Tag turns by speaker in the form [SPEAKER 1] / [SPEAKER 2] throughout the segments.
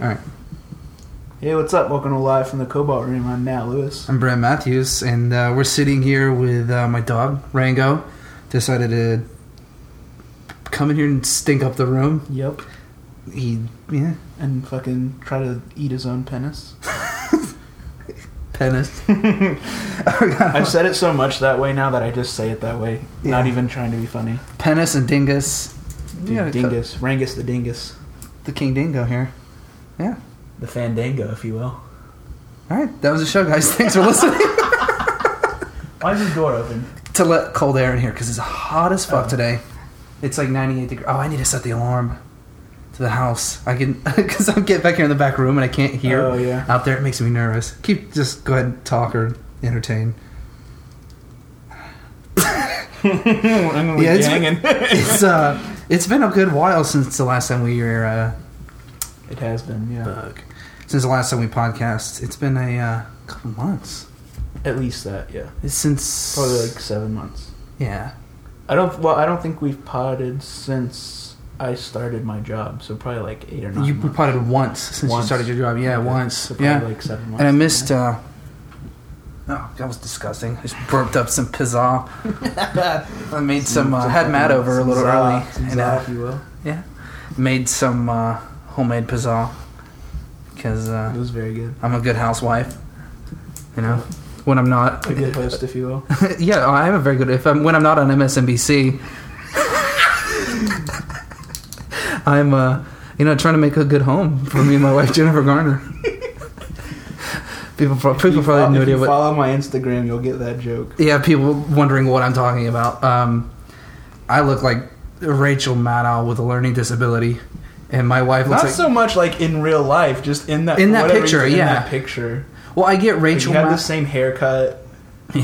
[SPEAKER 1] All right.
[SPEAKER 2] Hey, what's up? Welcome to Live from the Cobalt Room. I'm Nat Lewis.
[SPEAKER 1] I'm Brad Matthews, and uh, we're sitting here with uh, my dog, Rango. Decided to come in here and stink up the room.
[SPEAKER 2] Yep.
[SPEAKER 1] He, yeah,
[SPEAKER 2] And fucking try to eat his own penis.
[SPEAKER 1] penis.
[SPEAKER 2] I've said it so much that way now that I just say it that way. Not
[SPEAKER 1] Yeah.
[SPEAKER 2] even trying to be funny.
[SPEAKER 1] Penis and dingus.
[SPEAKER 2] Dude,
[SPEAKER 1] Yeah,
[SPEAKER 2] dingus. Rangus the dingus.
[SPEAKER 1] The King Dingo here. Yeah.
[SPEAKER 2] The fandango, if you will.
[SPEAKER 1] All right. That was the show, guys. Thanks for listening.
[SPEAKER 2] Why is the door open?
[SPEAKER 1] to let cold air in here because it's hot as fuck
[SPEAKER 2] Oh.
[SPEAKER 1] today. It's like 98 degrees. Oh, I need to set the alarm to the house. I can because I'm getting back here in the back room and I can't hear
[SPEAKER 2] Oh, yeah.
[SPEAKER 1] out there. It makes me nervous. Keep just go ahead and talk or entertain.
[SPEAKER 2] I'm gonna
[SPEAKER 1] Yeah,
[SPEAKER 2] leave
[SPEAKER 1] it's-
[SPEAKER 2] you hanging.
[SPEAKER 1] It's uh, it's been a good while since the last time we were uh,
[SPEAKER 2] it has been, yeah.
[SPEAKER 1] bug. Since the last time we podcast, it's been a uh, couple months.
[SPEAKER 2] At least that, yeah.
[SPEAKER 1] It's since
[SPEAKER 2] Probably like seven months.
[SPEAKER 1] yeah.
[SPEAKER 2] I don't. Well, I don't think we've potted since I started my job. So probably like eight or nine.
[SPEAKER 1] You
[SPEAKER 2] months.
[SPEAKER 1] potted once since you
[SPEAKER 2] Once.
[SPEAKER 1] started your job. Yeah,
[SPEAKER 2] Okay.
[SPEAKER 1] once.
[SPEAKER 2] So probably
[SPEAKER 1] Yeah.
[SPEAKER 2] like seven months.
[SPEAKER 1] And I missed. Uh, oh, that was disgusting. I just burped up some pizzazz. I made some. Uh, had Matt over a little early, and uh,
[SPEAKER 2] if you will.
[SPEAKER 1] yeah, made some uh, homemade pizzazz because
[SPEAKER 2] It
[SPEAKER 1] uh,
[SPEAKER 2] was very good.
[SPEAKER 1] I'm a good housewife. You know, when I'm not,
[SPEAKER 2] A good host, if you will.
[SPEAKER 1] yeah, I have a very good. If I'm when I'm not on MSNBC, I'm uh, you know trying to make a good home for me and my wife Jennifer Garner. people, pro- people probably have no
[SPEAKER 2] if you
[SPEAKER 1] idea what.
[SPEAKER 2] follow my Instagram, you'll get that joke.
[SPEAKER 1] Yeah, people wondering what I'm talking about. Um, I look like Rachel Maddow with a learning disability, and my wife looks
[SPEAKER 2] Not
[SPEAKER 1] like.
[SPEAKER 2] so much like in real life, just in that
[SPEAKER 1] In that
[SPEAKER 2] whatever
[SPEAKER 1] picture,
[SPEAKER 2] reason, in
[SPEAKER 1] yeah.
[SPEAKER 2] that picture.
[SPEAKER 1] well, I get
[SPEAKER 2] Like,
[SPEAKER 1] Rachel
[SPEAKER 2] you have the
[SPEAKER 1] Maddow.
[SPEAKER 2] same haircut and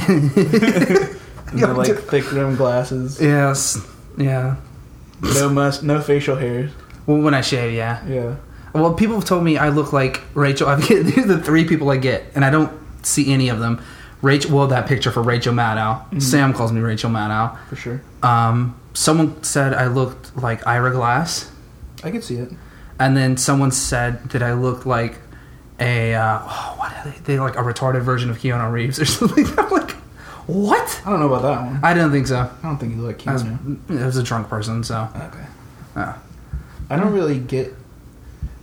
[SPEAKER 1] Yeah,
[SPEAKER 2] the like thick rim glasses,
[SPEAKER 1] yes, yeah.
[SPEAKER 2] no must, no facial hair.
[SPEAKER 1] Well, when I shave, yeah.
[SPEAKER 2] Yeah,
[SPEAKER 1] Well, people have told me I look like Rachel. I get these are the three people I get, and I don't see any of them. Rachel, well, that picture for Rachel Maddow.
[SPEAKER 2] Mm-hmm.
[SPEAKER 1] Sam calls me Rachel Maddow.
[SPEAKER 2] for sure.
[SPEAKER 1] Um, someone said I looked like Ira Glass,
[SPEAKER 2] I could see it.
[SPEAKER 1] and then someone said that I looked like a uh, oh, what are they? they like a retarded version of Keanu Reeves or something. I'm like, what?
[SPEAKER 2] I don't know about that one.
[SPEAKER 1] I didn't think so.
[SPEAKER 2] I don't think you look
[SPEAKER 1] I was,
[SPEAKER 2] Keanu.
[SPEAKER 1] I was a drunk person, so
[SPEAKER 2] Okay.
[SPEAKER 1] uh,
[SPEAKER 2] I don't really get.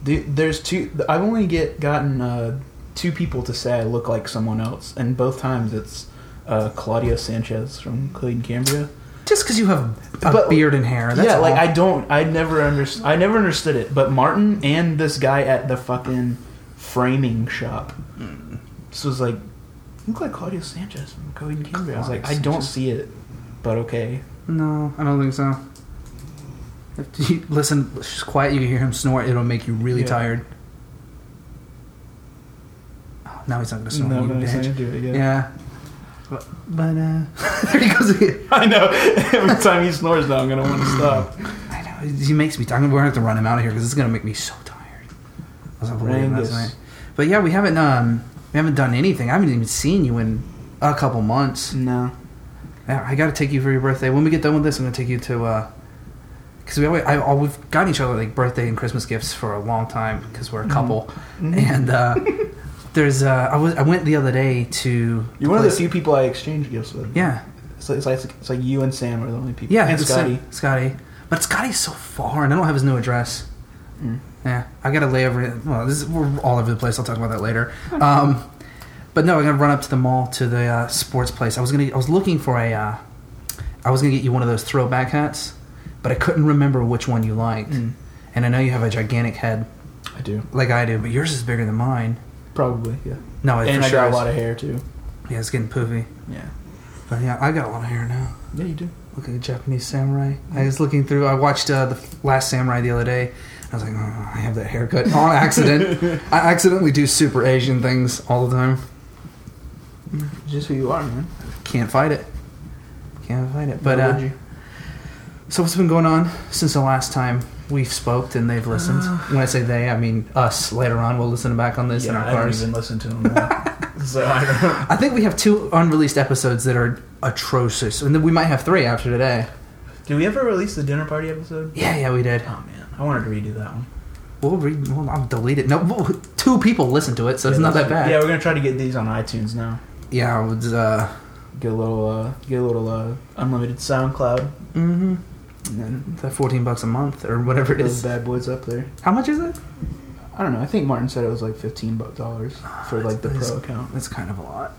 [SPEAKER 2] the- There's two. I've only get gotten uh, two people to say I look like someone else, and both times it's uh, Claudia Sanchez from Clayton Cambria.
[SPEAKER 1] just because you have a
[SPEAKER 2] But-
[SPEAKER 1] beard and hair, that's
[SPEAKER 2] yeah, like
[SPEAKER 1] all.
[SPEAKER 2] I don't. I never understood. I never understood it. But Martin and this guy at the fucking framing shop. This was like, you look like Claudia Sanchez from Clayton Cambria. I was like, I
[SPEAKER 1] Claudia
[SPEAKER 2] don't
[SPEAKER 1] Sanchez.
[SPEAKER 2] see it, but okay.
[SPEAKER 1] No, I don't think so. If you listen, it's just quiet. You can hear him snore. It'll make you really
[SPEAKER 2] Yeah.
[SPEAKER 1] tired. Oh, now he's not gonna snore.
[SPEAKER 2] No,
[SPEAKER 1] you
[SPEAKER 2] but I
[SPEAKER 1] bitch.
[SPEAKER 2] said do it. Yeah.
[SPEAKER 1] yeah. But, but uh, there he goes again.
[SPEAKER 2] I know. Every time he snores, now I'm gonna want to stop.
[SPEAKER 1] I know he makes me. I'm gonna have to run him out of here because it's gonna make me so tired. I was up late
[SPEAKER 2] Rangus.
[SPEAKER 1] last night. But yeah, we haven't um we haven't done anything. I haven't even seen you in a couple months.
[SPEAKER 2] No.
[SPEAKER 1] Yeah, I gotta take you for your birthday. When we get done with this, I'm gonna take you to. uh 'cause we always, I, all, we've gotten each other like birthday and Christmas gifts for a long time because
[SPEAKER 2] Mm-hmm.
[SPEAKER 1] we're a couple. And uh, there's, uh, I was, I went the other day to.
[SPEAKER 2] You're one of the
[SPEAKER 1] place-
[SPEAKER 2] few people I exchange gifts with.
[SPEAKER 1] Yeah,
[SPEAKER 2] It's like, it's like, it's like you and Sam are the only people.
[SPEAKER 1] yeah,
[SPEAKER 2] And
[SPEAKER 1] it's-
[SPEAKER 2] Scotty.
[SPEAKER 1] Scotty, but Scotty's so far, and I don't have his new address.
[SPEAKER 2] Mm.
[SPEAKER 1] Yeah, I gotta lay over. Well, this is, we're all over the place. I'll talk about that later. Um, but no, I'm gonna run up to the mall to the uh, sports place. I was gonna, I was looking for a, uh, I was gonna get you one of those throwback hats, but I couldn't remember which one you liked.
[SPEAKER 2] Mm.
[SPEAKER 1] And I know you have a gigantic head
[SPEAKER 2] I do.
[SPEAKER 1] like I do, but yours is bigger than mine.
[SPEAKER 2] Probably, yeah.
[SPEAKER 1] No, it
[SPEAKER 2] and
[SPEAKER 1] for
[SPEAKER 2] I
[SPEAKER 1] sure
[SPEAKER 2] got
[SPEAKER 1] is.
[SPEAKER 2] a lot of hair, too.
[SPEAKER 1] yeah, it's getting poofy.
[SPEAKER 2] Yeah.
[SPEAKER 1] But yeah, I got a lot of hair now.
[SPEAKER 2] Yeah, you do.
[SPEAKER 1] Look at a Japanese samurai. I was looking through. I watched uh, the last samurai the other day. I was like, oh, I have that haircut on accident. I accidentally do super Asian things all the time.
[SPEAKER 2] Just who you are, man.
[SPEAKER 1] Can't fight it. Can't fight it. But
[SPEAKER 2] Why would
[SPEAKER 1] uh,
[SPEAKER 2] you?
[SPEAKER 1] so what's been going on since the last time we've spoke and they've listened?
[SPEAKER 2] Uh.
[SPEAKER 1] when I say they, I mean us. Later on, we'll listen back on this in
[SPEAKER 2] yeah,
[SPEAKER 1] our
[SPEAKER 2] I haven't
[SPEAKER 1] cars.
[SPEAKER 2] even listened to them. now. so I don't know.
[SPEAKER 1] I think we have two unreleased episodes that are atrocious, and then we might have three after today.
[SPEAKER 2] Did we ever release the dinner party episode?
[SPEAKER 1] Yeah, yeah, we did.
[SPEAKER 2] Oh, man. I wanted to redo that one.
[SPEAKER 1] We'll read. Well, I'll delete it. No, well, two people listen to it, so it's not that bad.
[SPEAKER 2] Yeah, we're gonna try to get these on iTunes now.
[SPEAKER 1] Yeah, I was. Uh,
[SPEAKER 2] Get a little, uh, get a little uh, unlimited SoundCloud,
[SPEAKER 1] mm-hmm.
[SPEAKER 2] and then
[SPEAKER 1] That fourteen bucks a month or whatever
[SPEAKER 2] put
[SPEAKER 1] it
[SPEAKER 2] those
[SPEAKER 1] is.
[SPEAKER 2] bad boys up there.
[SPEAKER 1] How much is it?
[SPEAKER 2] I don't know. I think Martin said it was like fifteen bu- dollars for like the pro account.
[SPEAKER 1] That's kind of a lot.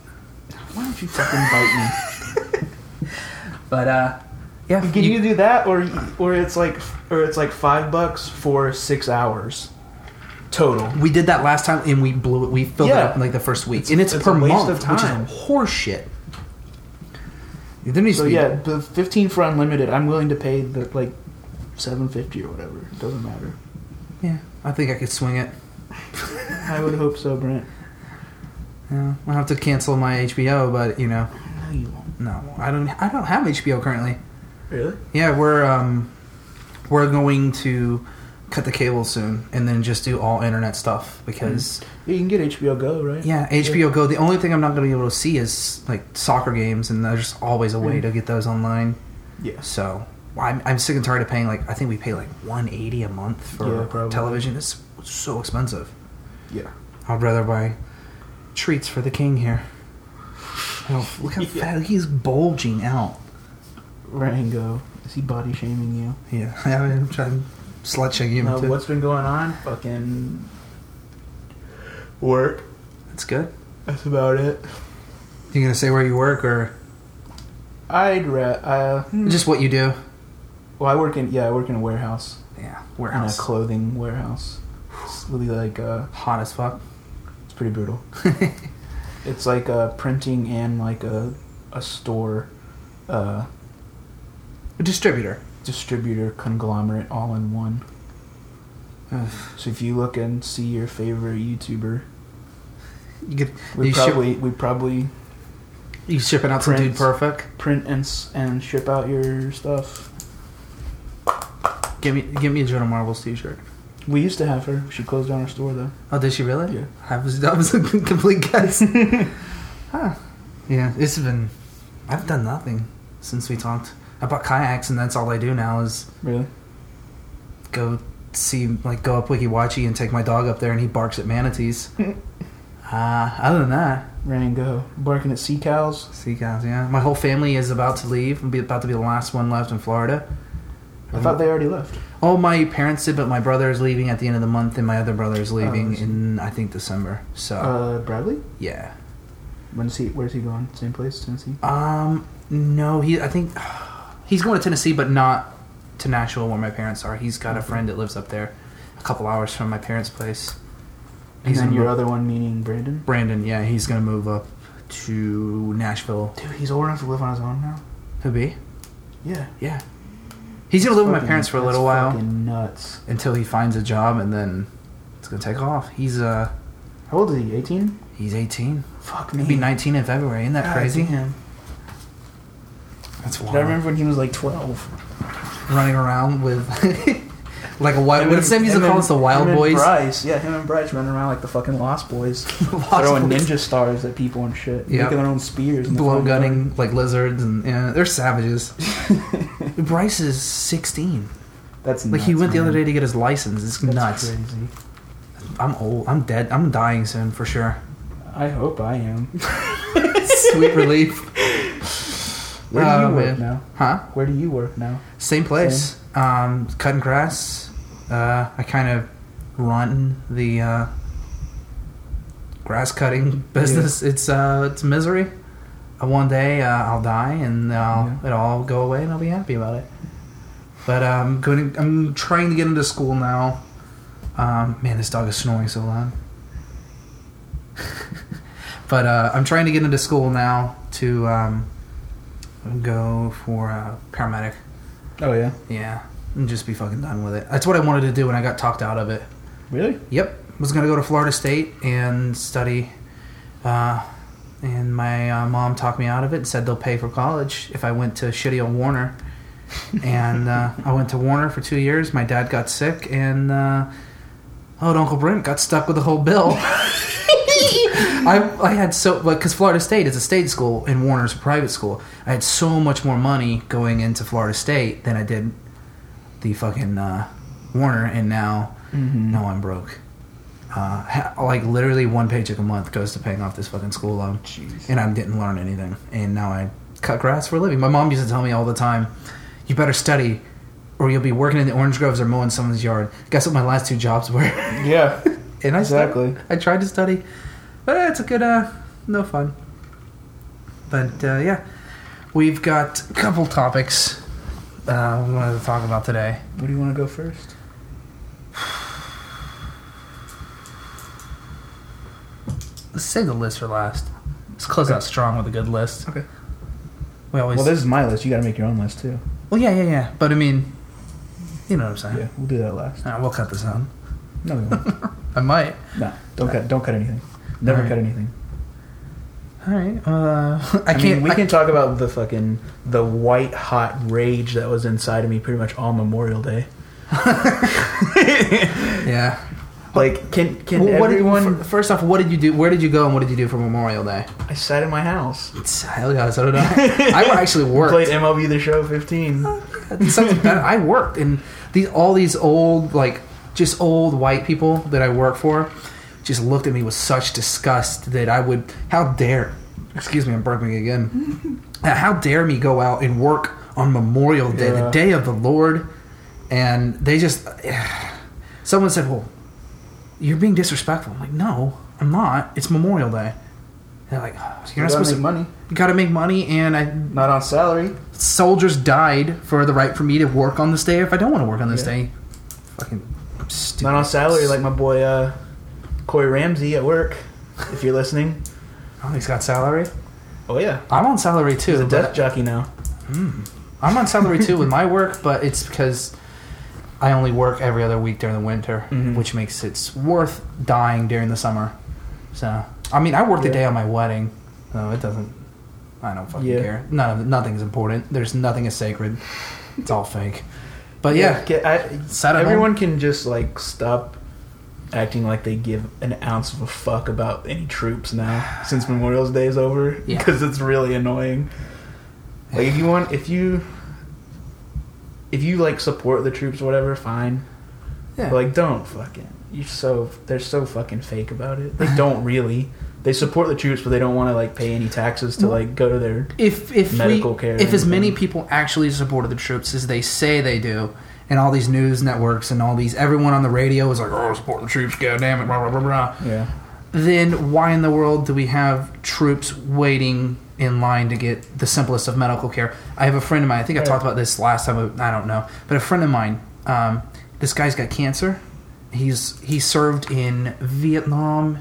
[SPEAKER 2] Why don't you fucking bite
[SPEAKER 1] But uh, yeah,
[SPEAKER 2] me? Can
[SPEAKER 1] you-
[SPEAKER 2] you do that, or or it's like or it's like five bucks for six hours total?
[SPEAKER 1] we did that last time and we blew it. We filled it
[SPEAKER 2] Yeah.
[SPEAKER 1] up in like the first week,
[SPEAKER 2] It's-
[SPEAKER 1] and it's,
[SPEAKER 2] it's
[SPEAKER 1] per
[SPEAKER 2] a waste
[SPEAKER 1] month,
[SPEAKER 2] of time.
[SPEAKER 1] which is horseshit. There needs
[SPEAKER 2] So
[SPEAKER 1] to be-
[SPEAKER 2] yeah, the fifteen for unlimited. I'm willing to pay the like seven fifty or whatever. It doesn't matter.
[SPEAKER 1] yeah. I think I could swing it.
[SPEAKER 2] I would hope so, Brent.
[SPEAKER 1] Yeah, I'll have to cancel my HBO, but you know,
[SPEAKER 2] No, you won't.
[SPEAKER 1] no, I don't. I don't have HBO currently.
[SPEAKER 2] Really?
[SPEAKER 1] Yeah, we're um, we're going to cut the cable soon and then just do all internet stuff because
[SPEAKER 2] You can get HBO Go, right?
[SPEAKER 1] yeah, HBO Go. The only thing I'm not going to be able to see is like soccer games, and there's always a way
[SPEAKER 2] Mhm.
[SPEAKER 1] to get those online.
[SPEAKER 2] Yes.
[SPEAKER 1] So I'm, I'm sick and tired of paying like I think we pay like 180 a month
[SPEAKER 2] Yeah,
[SPEAKER 1] for
[SPEAKER 2] probably.
[SPEAKER 1] television. It's so expensive.
[SPEAKER 2] Yeah.
[SPEAKER 1] I'd rather buy treats for the king here. Oh, look how
[SPEAKER 2] Yeah.
[SPEAKER 1] fat he's bulging out.
[SPEAKER 2] Rango, is he body shaming you?
[SPEAKER 1] Yeah, I'm trying slut shaming him
[SPEAKER 2] No,
[SPEAKER 1] too.
[SPEAKER 2] Uh, what's been going on? Fucking work.
[SPEAKER 1] That's good.
[SPEAKER 2] That's about it.
[SPEAKER 1] You gonna say where you work or
[SPEAKER 2] I'd ra- uh,
[SPEAKER 1] just what you do?
[SPEAKER 2] well, I work in yeah, I work in a warehouse,
[SPEAKER 1] Yeah,
[SPEAKER 2] in a
[SPEAKER 1] warehouse.
[SPEAKER 2] clothing warehouse. It's really like uh,
[SPEAKER 1] Hot as fuck.
[SPEAKER 2] it's pretty brutal. It's like uh, printing and like a a store, uh,
[SPEAKER 1] A distributor.
[SPEAKER 2] distributor conglomerate all in one.
[SPEAKER 1] Ugh.
[SPEAKER 2] So if you look and see your favorite YouTuber,
[SPEAKER 1] You could
[SPEAKER 2] we
[SPEAKER 1] you, ship,
[SPEAKER 2] probably we probably
[SPEAKER 1] you shipping out some dude
[SPEAKER 2] Prince.
[SPEAKER 1] perfect.
[SPEAKER 2] print and s- and ship out your stuff.
[SPEAKER 1] Give me give me a Jonah Marbles t-shirt.
[SPEAKER 2] We used to have her. She closed down her store though.
[SPEAKER 1] Oh, did she really?
[SPEAKER 2] Yeah.
[SPEAKER 1] I was, that was a complete guess. huh. Yeah, it's been. I've done nothing since we talked. I bought kayaks, and that's all I do now is
[SPEAKER 2] Really?
[SPEAKER 1] go see, like, go up Wikiwachi and take my dog up there, and he barks at manatees. uh, other than that,
[SPEAKER 2] Rango barking at sea cows.
[SPEAKER 1] sea cows. Yeah, my whole family is about to leave. I'm be, about to be the last one left in Florida.
[SPEAKER 2] I thought they already left.
[SPEAKER 1] Oh, my parents did, but my brother is leaving at the end of the month, and my other brother is leaving
[SPEAKER 2] I see.
[SPEAKER 1] in I think December. So
[SPEAKER 2] Oh, Uh, Bradley?
[SPEAKER 1] yeah.
[SPEAKER 2] When's he? Where's he going? Same place, Tennessee.
[SPEAKER 1] Um, no, he. I think he's going to Tennessee, but not to Nashville, where my parents are. He's got a friend that lives up there, a couple hours from my parents' place.
[SPEAKER 2] And
[SPEAKER 1] He's
[SPEAKER 2] then
[SPEAKER 1] in
[SPEAKER 2] your
[SPEAKER 1] Bra-
[SPEAKER 2] other one, meaning Brandon.
[SPEAKER 1] Brandon. Yeah, he's going to move up to Nashville.
[SPEAKER 2] Dude, he's old enough to live on his own now.
[SPEAKER 1] Who be?
[SPEAKER 2] Yeah.
[SPEAKER 1] Yeah, he's going to live with my
[SPEAKER 2] Fucking-
[SPEAKER 1] parents for a little
[SPEAKER 2] that's
[SPEAKER 1] while
[SPEAKER 2] Fucking nuts.
[SPEAKER 1] until he finds a job, and then it's going to take off. He's uh,
[SPEAKER 2] How old is he? Eighteen.
[SPEAKER 1] he's eighteen.
[SPEAKER 2] Fuck
[SPEAKER 1] He'll
[SPEAKER 2] me.
[SPEAKER 1] be nineteen in February. Isn't that
[SPEAKER 2] God
[SPEAKER 1] crazy?
[SPEAKER 2] damn.
[SPEAKER 1] That's
[SPEAKER 2] Dude,
[SPEAKER 1] wild.
[SPEAKER 2] I remember when he was like twelve.
[SPEAKER 1] running around with like a wild. What
[SPEAKER 2] Him and-
[SPEAKER 1] does Sam used to
[SPEAKER 2] him
[SPEAKER 1] call
[SPEAKER 2] and-
[SPEAKER 1] us the
[SPEAKER 2] him
[SPEAKER 1] Wild
[SPEAKER 2] and
[SPEAKER 1] Boys?
[SPEAKER 2] Bryce, yeah, him and Bryce running around like the fucking Lost Boys, throwing
[SPEAKER 1] Boys.
[SPEAKER 2] ninja stars at people and shit,
[SPEAKER 1] Yeah.
[SPEAKER 2] making their own spears, in the
[SPEAKER 1] blow
[SPEAKER 2] front yard.
[SPEAKER 1] gunning like lizards and yeah, they're savages. Bryce is 16.
[SPEAKER 2] That's
[SPEAKER 1] Like he
[SPEAKER 2] nuts,
[SPEAKER 1] went the other
[SPEAKER 2] man.
[SPEAKER 1] day to get his license. It's
[SPEAKER 2] That's
[SPEAKER 1] nuts.
[SPEAKER 2] Crazy.
[SPEAKER 1] I'm old. I'm dead. I'm dying soon for sure.
[SPEAKER 2] I hope I am.
[SPEAKER 1] Sweet relief.
[SPEAKER 2] Where do
[SPEAKER 1] Oh,
[SPEAKER 2] you work
[SPEAKER 1] man.
[SPEAKER 2] now?
[SPEAKER 1] Huh?
[SPEAKER 2] Where do you work now?
[SPEAKER 1] Same place. Um, cutting grass. Uh, I kind of run the uh, grass cutting business. It's uh, it's misery. Uh, One day uh, I'll die and I'll, it'll all go away and I'll be happy about it. But um, going. I'm trying to get into school now. Um, man, this dog is snoring so loud. but uh, I'm trying to get into school now to um, go for a paramedic.
[SPEAKER 2] Oh yeah,
[SPEAKER 1] Yeah, and just be fucking done with it. That's what I wanted to do when I got talked out of it.
[SPEAKER 2] really?
[SPEAKER 1] Yep, was gonna go to Florida State and study, uh, and my uh, mom talked me out of it and said they'll pay for college if I went to shitty old Warner. and uh, I went to Warner for two years. My dad got sick, and uh, old Uncle Brent got stuck with the whole bill. I, I had so because Florida State is a state school and Warner's a private school. I had so much more money going into Florida State than I did the fucking uh, Warner, and now
[SPEAKER 2] Mhm.
[SPEAKER 1] no, I'm broke. Uh, ha- like literally one paycheck a month goes to paying off this fucking school loan,
[SPEAKER 2] Jeez.
[SPEAKER 1] and I didn't learn anything. And now I cut grass for a living. My mom used to tell me all the time, "You better study, or you'll be working in the orange groves or mowing someone's yard." Guess what my last two jobs were?
[SPEAKER 2] Yeah.
[SPEAKER 1] and I
[SPEAKER 2] Exactly.
[SPEAKER 1] stud- I tried to study, but eh, it's a good uh, no fun. But uh, yeah, we've got a couple topics uh, we wanted to talk about today.
[SPEAKER 2] What do you want to go first?
[SPEAKER 1] Let's save the list for last. Let's close out strong with a good list.
[SPEAKER 2] Okay.
[SPEAKER 1] We always.
[SPEAKER 2] Well,
[SPEAKER 1] Well,
[SPEAKER 2] this is my list. You got to make your own list too.
[SPEAKER 1] yeah, yeah, yeah. But I mean, you know what I'm saying.
[SPEAKER 2] Yeah, we'll do that last.
[SPEAKER 1] Alright, we'll cut this out.
[SPEAKER 2] No, we won't.
[SPEAKER 1] I might.
[SPEAKER 2] no, don't cut. Don't cut anything. Never
[SPEAKER 1] Alright.
[SPEAKER 2] cut anything.
[SPEAKER 1] All right. Well, uh, I
[SPEAKER 2] I,
[SPEAKER 1] can't.
[SPEAKER 2] mean, we
[SPEAKER 1] I-
[SPEAKER 2] can talk about the fucking the white hot rage that was inside of me pretty much all Memorial Day.
[SPEAKER 1] yeah.
[SPEAKER 2] Like, can can
[SPEAKER 1] Well, what did-
[SPEAKER 2] everyone?
[SPEAKER 1] fir- first off, what did you do? Where did you go, and what did you do for Memorial Day?
[SPEAKER 2] I sat in my house.
[SPEAKER 1] It's, hell yeah, so did I. I actually worked.
[SPEAKER 2] Played MLB The Show 15.
[SPEAKER 1] Something better. I worked, and these all these old like just old white people that I work for just looked at me with such disgust that I would how dare excuse me I'm burping again Uh, how dare me go out and work on Memorial Day
[SPEAKER 2] Yeah.
[SPEAKER 1] the day of the Lord and they just someone said well you're being disrespectful I'm like no I'm not it's Memorial Day And they're like "Oh, so you're not supposed to
[SPEAKER 2] money,
[SPEAKER 1] you got to make money and I
[SPEAKER 2] not on salary.
[SPEAKER 1] soldiers died for the right for me to work on this day if I don't want to work on this
[SPEAKER 2] Yeah.
[SPEAKER 1] day. Fucking I'm stupid.
[SPEAKER 2] Not on salary, like my boy uh, Corey Ramsey at work. If you're listening,
[SPEAKER 1] oh, he's got salary.
[SPEAKER 2] oh yeah,
[SPEAKER 1] I'm on salary
[SPEAKER 2] he's
[SPEAKER 1] too.
[SPEAKER 2] a death
[SPEAKER 1] But
[SPEAKER 2] jockey now.
[SPEAKER 1] I'm on salary too with my work, but it's because I only work every other week during the winter,
[SPEAKER 2] Mhm.
[SPEAKER 1] which makes it worth dying during the summer. So I mean, I worked the
[SPEAKER 2] Yeah.
[SPEAKER 1] day on my wedding, so it doesn't. I don't fucking
[SPEAKER 2] Yeah.
[SPEAKER 1] care. None of nothing's important. There's nothing is sacred. It's all fake. But yeah,
[SPEAKER 2] get- I,
[SPEAKER 1] Sat at
[SPEAKER 2] everyone can just like stop acting like they give an ounce of a fuck about any troops now since Memorial Day is over
[SPEAKER 1] Yeah.
[SPEAKER 2] because it's really annoying. Like if you want, if you if you like support the troops, or whatever, fine.
[SPEAKER 1] yeah.
[SPEAKER 2] But, like don't fucking. You so they're so fucking fake about it. They don't really. They support the troops, but they don't want to like pay any taxes to like go to their.
[SPEAKER 1] if if
[SPEAKER 2] medical
[SPEAKER 1] we,
[SPEAKER 2] care
[SPEAKER 1] if
[SPEAKER 2] and
[SPEAKER 1] as many
[SPEAKER 2] things.
[SPEAKER 1] people actually supported the troops as they say they do, and all these news networks and all these everyone on the radio is like, "Oh, support the troops, god damn it!" Blah blah blah blah.
[SPEAKER 2] Yeah.
[SPEAKER 1] Then why in the world do we have troops waiting in line to get the simplest of medical care? I have a friend of mine. I think I
[SPEAKER 2] Yeah.
[SPEAKER 1] talked about this last time. I don't know, but a friend of mine. Um, this guy's got cancer. He's he served in Vietnam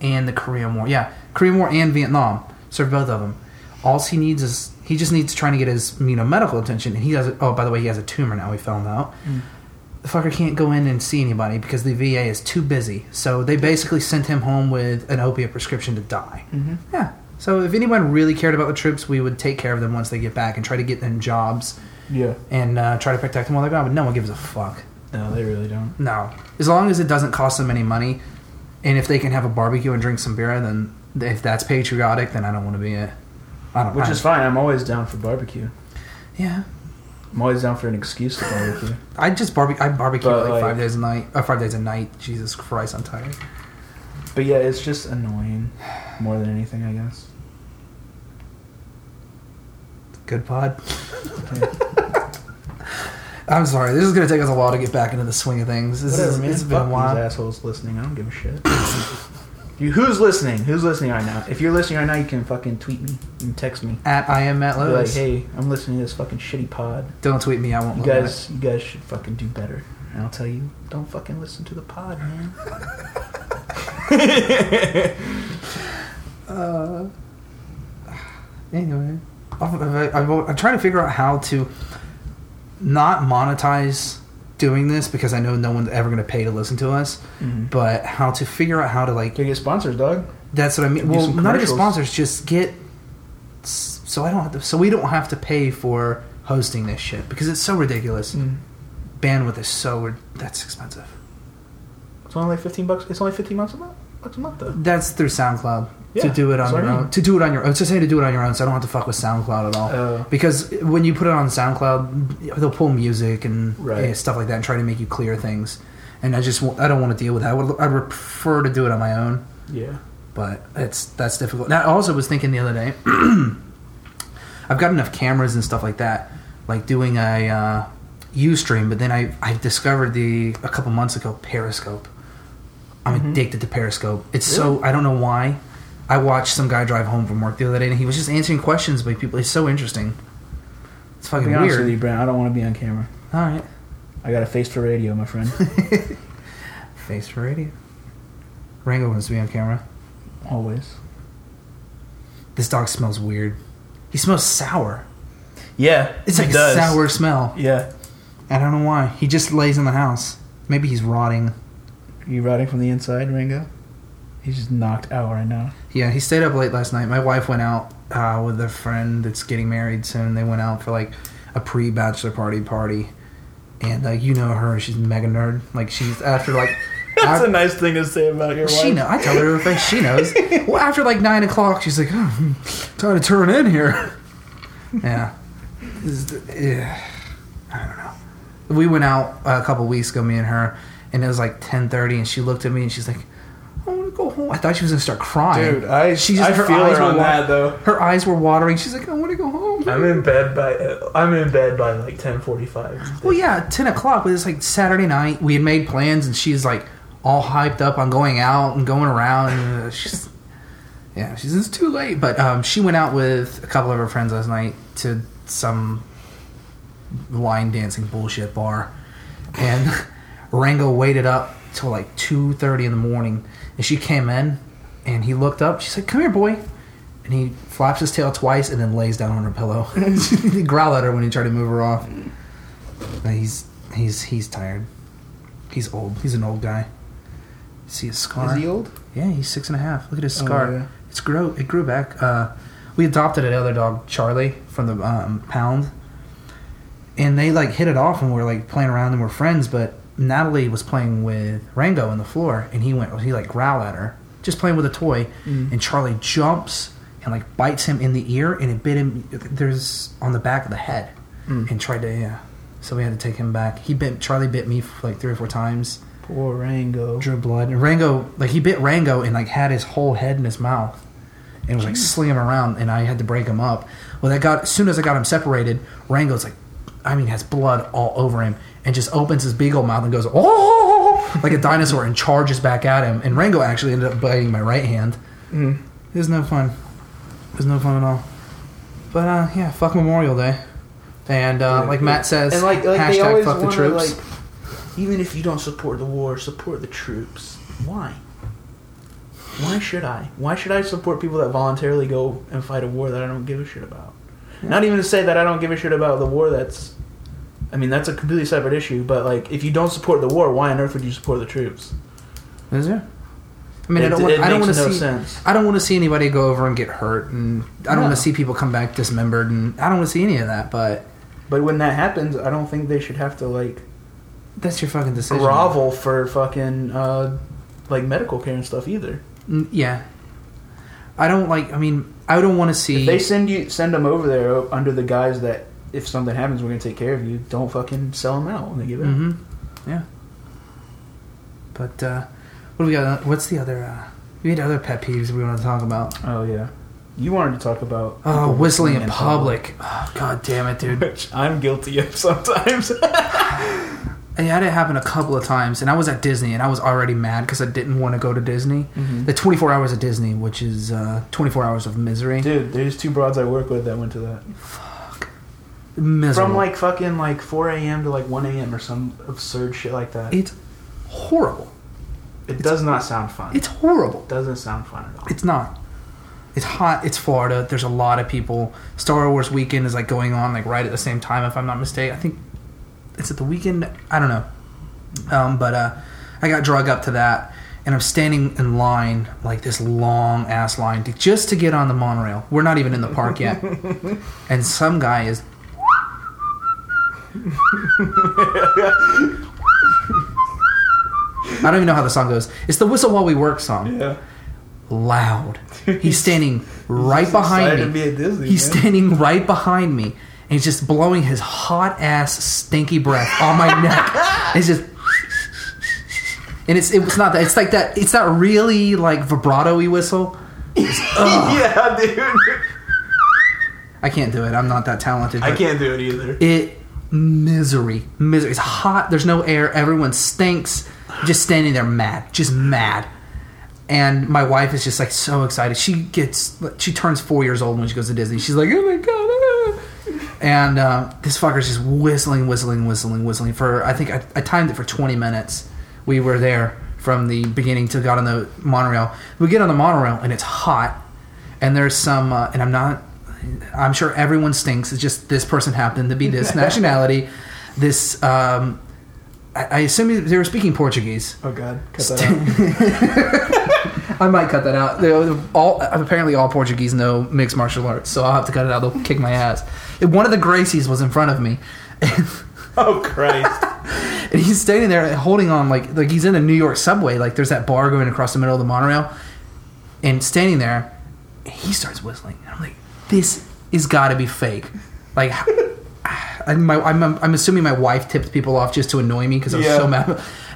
[SPEAKER 1] and the Korean War. Yeah, Korean War and Vietnam. Served both of them. All he needs is he just needs trying to get his you know medical attention. And he does. Oh, by the way, he has a tumor now. We found out. The fucker can't go in and see anybody because the VA is too busy. So they basically sent him home with an opiate prescription to die.
[SPEAKER 2] Mm-hmm.
[SPEAKER 1] Yeah. So if anyone really cared about the troops, we would take care of them once they get back and try to get them jobs
[SPEAKER 2] Yeah.
[SPEAKER 1] and uh, try to protect them while they're gone. But no one gives a fuck.
[SPEAKER 2] No, they really don't.
[SPEAKER 1] No. As long as it doesn't cost them any money, and if they can have a barbecue and drink some beer, then if that's patriotic, then I don't want to be it. I don't.
[SPEAKER 2] Which
[SPEAKER 1] I-
[SPEAKER 2] is fine. I'm always down for barbecue.
[SPEAKER 1] yeah.
[SPEAKER 2] I'm always down for an excuse to barbecue.
[SPEAKER 1] I just barbecue. I barbecue
[SPEAKER 2] But,
[SPEAKER 1] like,
[SPEAKER 2] like-
[SPEAKER 1] five days a night. Uh, five days a night. Jesus Christ, I'm tired.
[SPEAKER 2] but yeah, it's just annoying more than anything, I guess.
[SPEAKER 1] Good pod. I'm sorry. This is gonna take us a while to get back into the swing of things. This
[SPEAKER 2] Whatever,
[SPEAKER 1] is,
[SPEAKER 2] man.
[SPEAKER 1] It's been
[SPEAKER 2] Fuck
[SPEAKER 1] a while.
[SPEAKER 2] these assholes listening. I don't give a shit. you, who's listening? Who's listening right now? If you're listening right now, you can fucking tweet me and text me.
[SPEAKER 1] At I am Matt
[SPEAKER 2] Be like,
[SPEAKER 1] Lewis.
[SPEAKER 2] hey, I'm listening to this fucking shitty pod.
[SPEAKER 1] Don't tweet me. I won't.
[SPEAKER 2] You
[SPEAKER 1] look at it.
[SPEAKER 2] guys, you guys should fucking do better. And I'll tell you, don't fucking listen to the pod, man.
[SPEAKER 1] Uh, anyway, I'm, I'm, I'm trying to figure out how to not monetize doing this because I know no one's ever gonna pay to listen to us.
[SPEAKER 2] Mhm.
[SPEAKER 1] But how to figure out how to like
[SPEAKER 2] Can you get sponsors, dog?
[SPEAKER 1] That's what I mean.
[SPEAKER 2] Do
[SPEAKER 1] Well,
[SPEAKER 2] some
[SPEAKER 1] not even
[SPEAKER 2] commercials.
[SPEAKER 1] sponsors. Just get s- so I don't have to. So we don't have to pay for hosting this shit because it's so ridiculous. Bandwidth is so rid- that's expensive.
[SPEAKER 2] It's only like fifteen bucks. It's only fifteen bucks a month. bucks a month though.
[SPEAKER 1] That's through SoundCloud to
[SPEAKER 2] Yeah,
[SPEAKER 1] do it on
[SPEAKER 2] that's what
[SPEAKER 1] your
[SPEAKER 2] I
[SPEAKER 1] own.
[SPEAKER 2] mean.
[SPEAKER 1] To do it on your own. It's just saying to do it on your own, so I don't have to fuck with SoundCloud at all.
[SPEAKER 2] Uh,
[SPEAKER 1] because when you put it on SoundCloud, they'll pull music and
[SPEAKER 2] Right.
[SPEAKER 1] eh, stuff like that and try to make you clear things. And I just wa- I don't want to deal with that. I would I'd prefer to do it on my own,
[SPEAKER 2] yeah.
[SPEAKER 1] but it's that's difficult. Now I also was thinking the other day, I've got enough cameras and stuff like that, like doing a uh, UStream. But then I I discovered the a couple months ago Periscope. I'm
[SPEAKER 2] Mhm.
[SPEAKER 1] addicted to Periscope. It's so I don't know why. I watched some guy drive home from work the other day, and he was just answering questions by people. It's so interesting. It's
[SPEAKER 2] I'll
[SPEAKER 1] fucking
[SPEAKER 2] be honest
[SPEAKER 1] weird.
[SPEAKER 2] with you, Brent. I don't want to be on camera.
[SPEAKER 1] All right,
[SPEAKER 2] I got a face for radio, my friend.
[SPEAKER 1] face for radio. Rango wants to be on camera.
[SPEAKER 2] Always.
[SPEAKER 1] This dog smells weird. He smells sour.
[SPEAKER 2] Yeah,
[SPEAKER 1] It's like
[SPEAKER 2] it
[SPEAKER 1] a
[SPEAKER 2] does.
[SPEAKER 1] sour smell.
[SPEAKER 2] Yeah,
[SPEAKER 1] I don't know why. He just lays in the house. Maybe he's rotting.
[SPEAKER 2] you riding from the inside, Ringo? He's just knocked out right now.
[SPEAKER 1] Yeah, he stayed up late last night. My wife went out uh, with a friend that's getting married soon. They went out for like a pre bachelor party party, and like you know her, she's a mega nerd. Like she's after like.
[SPEAKER 2] That's
[SPEAKER 1] I-
[SPEAKER 2] a nice thing to say about your wife.
[SPEAKER 1] she know. I tell her to her face. She knows. well, after like nine o'clock, she's like, oh, I'm "Time to turn in here." Yeah. This is the- yeah. I don't know. We went out uh, a couple weeks ago, me and her, and it was like ten thirty, and she looked at me and she's like, "I want to go home." I thought she was gonna start crying.
[SPEAKER 2] Dude, I
[SPEAKER 1] She just-
[SPEAKER 2] I
[SPEAKER 1] her
[SPEAKER 2] feel
[SPEAKER 1] eyes
[SPEAKER 2] her
[SPEAKER 1] were
[SPEAKER 2] on
[SPEAKER 1] wa-
[SPEAKER 2] that though.
[SPEAKER 1] Her eyes were watering. She's like, "I want to go home."
[SPEAKER 2] I'm in bed by uh, I'm in bed by like 10:45.
[SPEAKER 1] Well, yeah, ten o'clock. But it's like Saturday night. We had made plans, and she's like all hyped up on going out and going around. And uh, she's yeah, she's it's too late. But um, she went out with a couple of her friends last night to some line dancing bullshit bar, and Rango waited up till like two thirty in the morning, and she came in, and he looked up. She said, "Come here, boy." And he flaps his tail twice and then lays down on her pillow. he growled at her when he tried to move her off. No, he's he's he's tired. He's old. He's an old guy. See his scar?
[SPEAKER 2] old?
[SPEAKER 1] yeah, he's six and a half. Look at his
[SPEAKER 2] Oh,
[SPEAKER 1] scar.
[SPEAKER 2] yeah.
[SPEAKER 1] It's grow. It grew back. Uh, we adopted another dog, Charlie, from the um, pound, and they like hit it off, and we are like playing around, and we're friends. But Natalie was playing with Rango on the floor, and he went. He like growled at her, just playing with a toy,
[SPEAKER 2] Mm.
[SPEAKER 1] and Charlie jumps and like bites him in the ear, and it bit him. There's on the back of the head and tried to yeah. So we had to take him back. He bit Charlie bit me for like three or four times.
[SPEAKER 2] Poor Rango.
[SPEAKER 1] Drew blood. And Rango like he bit Rango and like had his whole head in his mouth. And was like
[SPEAKER 2] Hmm.
[SPEAKER 1] slinging him around and I had to break him up. Well that got as soon as I got him separated, Rango's like I mean has blood all over him and just opens his beagle mouth and goes oh like a dinosaur and charges back at him. And Rango actually ended up biting my right hand.
[SPEAKER 2] Mm.
[SPEAKER 1] It was no fun. It was no fun at all. But uh, yeah, fuck Memorial Day. And uh, like Matt says,
[SPEAKER 2] And like, like they
[SPEAKER 1] hashtag
[SPEAKER 2] always
[SPEAKER 1] fuck the
[SPEAKER 2] wanna,
[SPEAKER 1] troops.
[SPEAKER 2] Like, even if you don't support the war, support the troops. Why? Why should I? Why should I support people that voluntarily go and fight a war that I don't give a shit about? Not even to say that I don't give a shit about the war that's. I mean, that's a completely separate issue, but like, if you don't support the war, why on earth would you support the troops?
[SPEAKER 1] Is there? I mean, I
[SPEAKER 2] It-
[SPEAKER 1] don't. Want,
[SPEAKER 2] it
[SPEAKER 1] I don't want
[SPEAKER 2] makes
[SPEAKER 1] to
[SPEAKER 2] no
[SPEAKER 1] see.
[SPEAKER 2] sense.
[SPEAKER 1] I don't want to see anybody go over and get hurt, and I don't
[SPEAKER 2] No.
[SPEAKER 1] want to see people come back dismembered, and I don't want to see any of that. But
[SPEAKER 2] But when that happens, I don't think they should have to like
[SPEAKER 1] that's your fucking decision.
[SPEAKER 2] grovel for fucking uh, like medical care and stuff either.
[SPEAKER 1] Mm, Yeah. I don't like. I mean, I don't want to see.
[SPEAKER 2] If they send you send them over there o- under the guise that if something happens, we're gonna take care of you. Don't fucking sell them out when they give it.
[SPEAKER 1] hmm Yeah. But uh, what do we got? What's the other? Uh, we had other pet peeves we want to talk about.
[SPEAKER 2] Oh yeah, you wanted to talk about
[SPEAKER 1] Oh,
[SPEAKER 2] people
[SPEAKER 1] whistling in public. Oh, God damn it, dude.
[SPEAKER 2] which I'm guilty of sometimes.
[SPEAKER 1] I had it happen a couple of times, and I was at Disney, and I was already mad because I didn't want to go to Disney.
[SPEAKER 2] Mm-hmm.
[SPEAKER 1] Mm-hmm. The 24 hours of Disney, which is uh, 24 hours of misery.
[SPEAKER 2] Dude, there's two broads I work with that went to that
[SPEAKER 1] Miserable.
[SPEAKER 2] from like fucking like 4 a.m. to like 1 a.m. or some absurd shit like that. It,
[SPEAKER 1] it's horrible.
[SPEAKER 2] does not sound fun. It
[SPEAKER 1] It's horrible.
[SPEAKER 2] doesn't sound fun at all.
[SPEAKER 1] It's not. It's hot. It's Florida. There's a lot of people. Star Wars weekend is like going on like right at the same time, if I'm not mistaken. I think it's at the weekend. I don't know. Um, but uh, I got drug up to that, and I'm standing in line like this long ass line to, just to get on the monorail. We're not even in the park yet, and some guy is. I don't even know how the song goes. It's the Whistle While We Work song.
[SPEAKER 2] Yeah.
[SPEAKER 1] Loud. He's standing right
[SPEAKER 2] just
[SPEAKER 1] behind
[SPEAKER 2] excited
[SPEAKER 1] me.
[SPEAKER 2] to be at Disney,
[SPEAKER 1] He's
[SPEAKER 2] man.
[SPEAKER 1] standing right behind me, and he's just blowing his hot ass stinky breath on my neck. It's just. And it's it was not that it's like that it's that really like vibrato-y whistle.
[SPEAKER 2] yeah, dude.
[SPEAKER 1] I can't do it. I'm not that talented.
[SPEAKER 2] I
[SPEAKER 1] but-
[SPEAKER 2] can't do it either.
[SPEAKER 1] it misery misery it's hot there's no air everyone stinks just standing there mad just mad and my wife is just like so excited she gets she turns four years old when she goes to disney she's like oh my god ah." and uh, this fucker's just whistling whistling whistling whistling for i think I, I timed it for 20 minutes we were there from the beginning till got on the monorail we get on the monorail and it's hot and there's some uh, and i'm not i'm sure everyone stinks it's just this person happened to be this nationality this um, I, I assume they were speaking portuguese
[SPEAKER 2] Oh god, cut that out.
[SPEAKER 1] uh, I might cut that out. They're all apparently all Portuguese know mixed martial arts, so I'll have to cut it out. They'll kick my ass. And One of the Gracies was in front of me,
[SPEAKER 2] Oh Christ.
[SPEAKER 1] and he's standing there holding on like like he's in a New York subway. Like there's that bar going across the middle of the monorail, and standing there, and he starts whistling. And I'm like, this is got to be fake. Like, I'm, my, I'm I'm assuming my wife tipped people off just to annoy me because I was
[SPEAKER 2] Yeah.
[SPEAKER 1] so mad.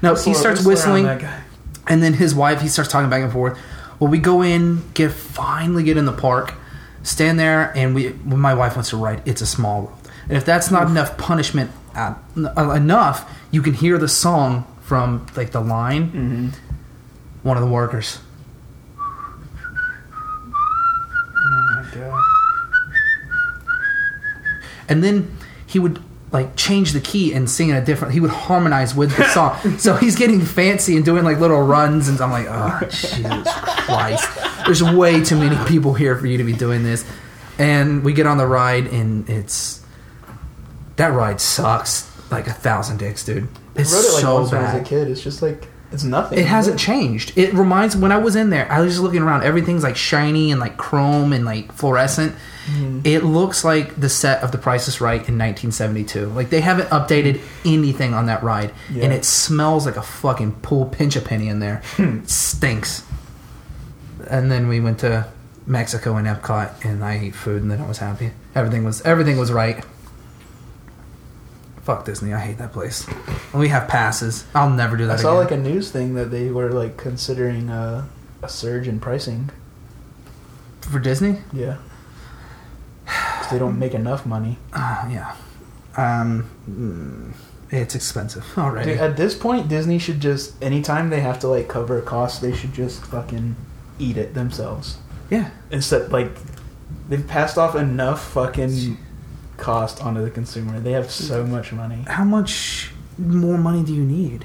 [SPEAKER 1] No, he
[SPEAKER 2] Whistler-
[SPEAKER 1] starts
[SPEAKER 2] whistler on
[SPEAKER 1] whistling.
[SPEAKER 2] That guy.
[SPEAKER 1] And then his wife, he starts talking back and forth. Well, we go in, get finally get in the park, stand there, and we. When my wife wants to write, it's a small world. And if that's not enough punishment, uh, n- uh, enough, you can hear the song from like the line.
[SPEAKER 2] Mm-hmm.
[SPEAKER 1] One of the workers.
[SPEAKER 2] Oh my god.
[SPEAKER 1] and then he would like change the key and sing in a different. He would harmonize with the song, so he's getting fancy and doing like little runs. And I'm like, oh Jesus Christ! There's way too many people here for you to be doing this. And we get on the ride, and it's that ride sucks like a thousand dicks, dude. It's
[SPEAKER 2] I wrote it like
[SPEAKER 1] so
[SPEAKER 2] once when I
[SPEAKER 1] bad.
[SPEAKER 2] was a kid. It's just like it's nothing.
[SPEAKER 1] It hasn't changed. It reminds when I was in there, I was just looking around. Everything's like shiny and like chrome and like fluorescent.
[SPEAKER 2] Mm-hmm.
[SPEAKER 1] It looks like the set of The Price is Right in 1972. Like they haven't updated anything on that ride,
[SPEAKER 2] Yeah.
[SPEAKER 1] and it smells like a fucking pool pinch a penny in there.
[SPEAKER 2] Hmm.
[SPEAKER 1] It stinks. And then we went to Mexico and Epcot, and I ate food, and then I was happy. Everything was everything was right. Fuck Disney, I hate that place. We have passes. I'll never do that.
[SPEAKER 2] I saw
[SPEAKER 1] again.
[SPEAKER 2] like a news thing that they were like considering uh, a surge in pricing.
[SPEAKER 1] For Disney?
[SPEAKER 2] Yeah. 'Cause they don't make enough money.
[SPEAKER 1] Uh, yeah. Um, mm, it's expensive already.
[SPEAKER 2] Dude, at this point, Disney should just anytime they have to like cover costs, they should just fucking eat it themselves.
[SPEAKER 1] yeah.
[SPEAKER 2] Instead, like they've passed off enough fucking cost onto the consumer. They have so much money.
[SPEAKER 1] How much more money do you need?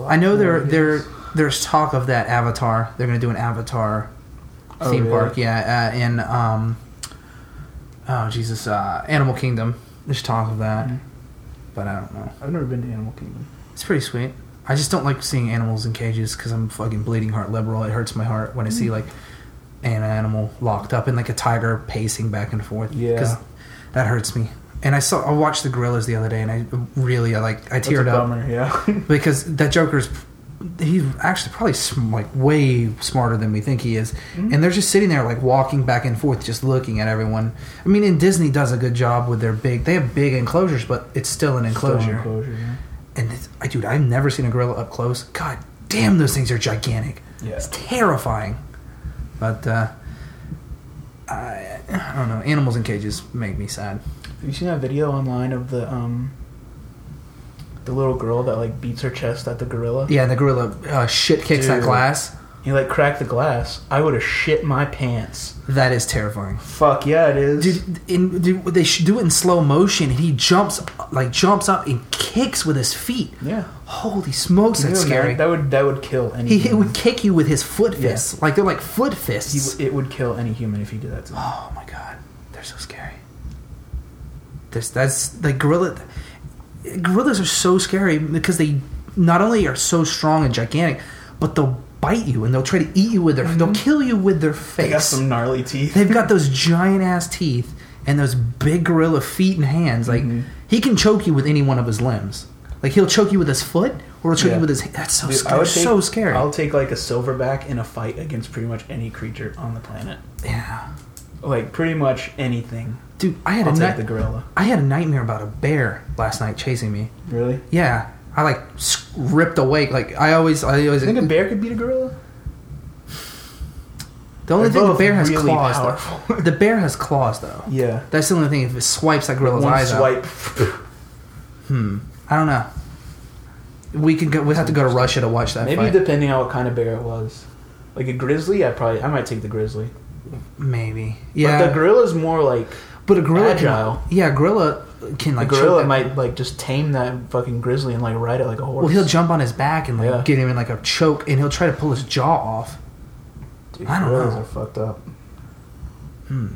[SPEAKER 1] I know there there there's talk of that Avatar. They're going to do an Avatar
[SPEAKER 2] Oh,
[SPEAKER 1] theme
[SPEAKER 2] really?
[SPEAKER 1] park. Yeah, uh, in um, oh Jesus, uh, Animal Kingdom. There's talk of that,
[SPEAKER 2] Mhm.
[SPEAKER 1] but I don't know.
[SPEAKER 2] I've never been to Animal Kingdom.
[SPEAKER 1] It's pretty sweet. I just don't like seeing animals in cages because I'm fucking bleeding heart liberal. It hurts my heart when I
[SPEAKER 2] Mm.
[SPEAKER 1] see like an animal locked up and like a tiger pacing back and forth.
[SPEAKER 2] Yeah.
[SPEAKER 1] that hurts me. And I saw I watched the gorillas the other day and I really I like I
[SPEAKER 2] That's a
[SPEAKER 1] teared up
[SPEAKER 2] bummer. Yeah.
[SPEAKER 1] because that Joker's he's actually probably sm- like way smarter than we think he is,
[SPEAKER 2] Mm-hmm.
[SPEAKER 1] and they're just sitting there like walking back and forth, just looking at everyone. I mean, and Disney does a good job with their big. They have big enclosures, but it's still an enclosure.
[SPEAKER 2] Still enclosure, yeah.
[SPEAKER 1] And it's, I, dude, I've never seen a gorilla up close. God damn, those things are gigantic.
[SPEAKER 2] Yeah.
[SPEAKER 1] It's terrifying. But uh, I, I don't know. Animals in cages make me sad.
[SPEAKER 2] Have you seen that video online of the um the little girl that like beats her chest at the gorilla?
[SPEAKER 1] Yeah, and the gorilla uh, shit kicks that
[SPEAKER 2] Dude.
[SPEAKER 1] glass.
[SPEAKER 2] You like crack the glass. I would have shit my pants.
[SPEAKER 1] That is terrifying.
[SPEAKER 2] Fuck yeah, it is.
[SPEAKER 1] Dude, in, dude, they should do it in slow motion, and he jumps, like jumps up and kicks with his feet.
[SPEAKER 2] yeah,
[SPEAKER 1] Holy smokes, that's
[SPEAKER 2] Dude,
[SPEAKER 1] scary.
[SPEAKER 2] man, That would that would kill any.
[SPEAKER 1] he, he
[SPEAKER 2] human.
[SPEAKER 1] would kick you with his foot
[SPEAKER 2] Yeah.
[SPEAKER 1] fists, like they're like foot fists.
[SPEAKER 2] He w- it would kill any human if he did that to them.
[SPEAKER 1] Oh my god, they're so scary. This that's like gorilla. Gorillas are so scary because they not only are so strong and gigantic, but they'll bite you and they'll try to eat you with their. They'll kill you with their face.
[SPEAKER 2] Mm-hmm. They got some gnarly teeth.
[SPEAKER 1] They've got those giant ass teeth and those big
[SPEAKER 2] Mm-hmm.
[SPEAKER 1] gorilla feet and hands. Like he can choke you with any one of his limbs. Like he'll choke you with his foot or World Shrinking
[SPEAKER 2] Yeah.
[SPEAKER 1] with his that's so
[SPEAKER 2] Dude,
[SPEAKER 1] scary. so scary.
[SPEAKER 2] I'll take like a silverback in a fight against pretty much any creature on the planet.
[SPEAKER 1] yeah,
[SPEAKER 2] Like pretty much anything.
[SPEAKER 1] dude, I had
[SPEAKER 2] I'll
[SPEAKER 1] a
[SPEAKER 2] take
[SPEAKER 1] night.
[SPEAKER 2] the gorilla.
[SPEAKER 1] I had a nightmare about a bear last night chasing me.
[SPEAKER 2] Really?
[SPEAKER 1] Yeah, I like s- ripped awake. Like I always, I always.
[SPEAKER 2] You think a bear could beat a gorilla?
[SPEAKER 1] the only
[SPEAKER 2] They're
[SPEAKER 1] thing the
[SPEAKER 2] both
[SPEAKER 1] bear has
[SPEAKER 2] really
[SPEAKER 1] claws.
[SPEAKER 2] powerful.
[SPEAKER 1] Though. The bear has claws though.
[SPEAKER 2] Yeah.
[SPEAKER 1] That's the only thing. If it swipes that gorilla's
[SPEAKER 2] One
[SPEAKER 1] eyes out.
[SPEAKER 2] swipe.
[SPEAKER 1] Hmm. I don't know. We could go. We have to go to Russia to watch that.
[SPEAKER 2] Maybe
[SPEAKER 1] fight.
[SPEAKER 2] depending on what kind of bear it was. Like a grizzly, I probably I might take the grizzly.
[SPEAKER 1] maybe.
[SPEAKER 2] But
[SPEAKER 1] Yeah.
[SPEAKER 2] the gorilla's more like
[SPEAKER 1] But a gorilla,
[SPEAKER 2] agile.
[SPEAKER 1] Can, yeah, a gorilla can like
[SPEAKER 2] the gorilla
[SPEAKER 1] choke-
[SPEAKER 2] might like just tame that fucking grizzly and like ride it like a horse.
[SPEAKER 1] Well, he'll jump on his back and like
[SPEAKER 2] Yeah.
[SPEAKER 1] get him in like a choke, and he'll try to pull his jaw off.
[SPEAKER 2] Dude,
[SPEAKER 1] I don't
[SPEAKER 2] gorillas
[SPEAKER 1] know.
[SPEAKER 2] are fucked up.
[SPEAKER 1] Hmm.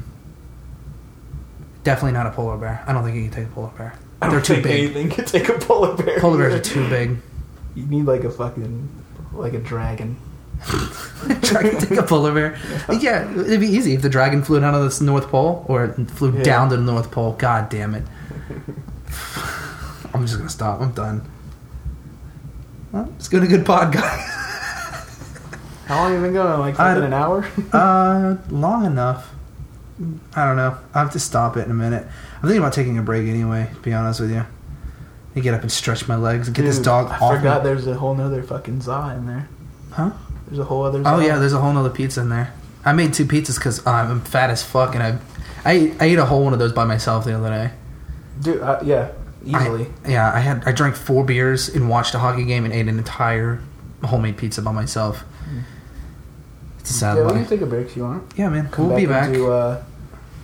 [SPEAKER 1] Definitely not a polar bear. I don't think you can take a polar bear.
[SPEAKER 2] I
[SPEAKER 1] They're
[SPEAKER 2] don't
[SPEAKER 1] too
[SPEAKER 2] think
[SPEAKER 1] big.
[SPEAKER 2] Anything could take a polar bear.
[SPEAKER 1] Polar bears are too big.
[SPEAKER 2] You need like a fucking like a dragon.
[SPEAKER 1] Dragon take a polar bear. Yeah, it'd be easy if the dragon flew down to the North Pole or it flew
[SPEAKER 2] Yeah.
[SPEAKER 1] down to the North Pole. God damn it! I'm just gonna stop. I'm done. Well, it's been a good pod, guys.
[SPEAKER 2] How long have you been going? Like
[SPEAKER 1] I-
[SPEAKER 2] fucking an hour?
[SPEAKER 1] Uh, long enough. I don't know. I have to stop it in a minute. I'm thinking about taking a break anyway. To be honest with you, I get up and stretch my legs and get this
[SPEAKER 2] Dude,
[SPEAKER 1] dog
[SPEAKER 2] I
[SPEAKER 1] off. me.
[SPEAKER 2] forgot there's a whole nother fucking za in there.
[SPEAKER 1] Huh?
[SPEAKER 2] There's a whole other.
[SPEAKER 1] Oh
[SPEAKER 2] za.
[SPEAKER 1] yeah, there's a whole nother pizza in there. I made two pizzas because I'm fat as fuck, and I, I, I ate a whole one of those by myself the other day.
[SPEAKER 2] Dude, uh, yeah,
[SPEAKER 1] I-
[SPEAKER 2] easily.
[SPEAKER 1] yeah, I had I drank four beers and watched a hockey game and ate an entire homemade pizza by myself. It's a sad
[SPEAKER 2] Hmm. yeah, we
[SPEAKER 1] life.
[SPEAKER 2] can take a break if you want.
[SPEAKER 1] Yeah, man, we'll be back.
[SPEAKER 2] and Do, uh,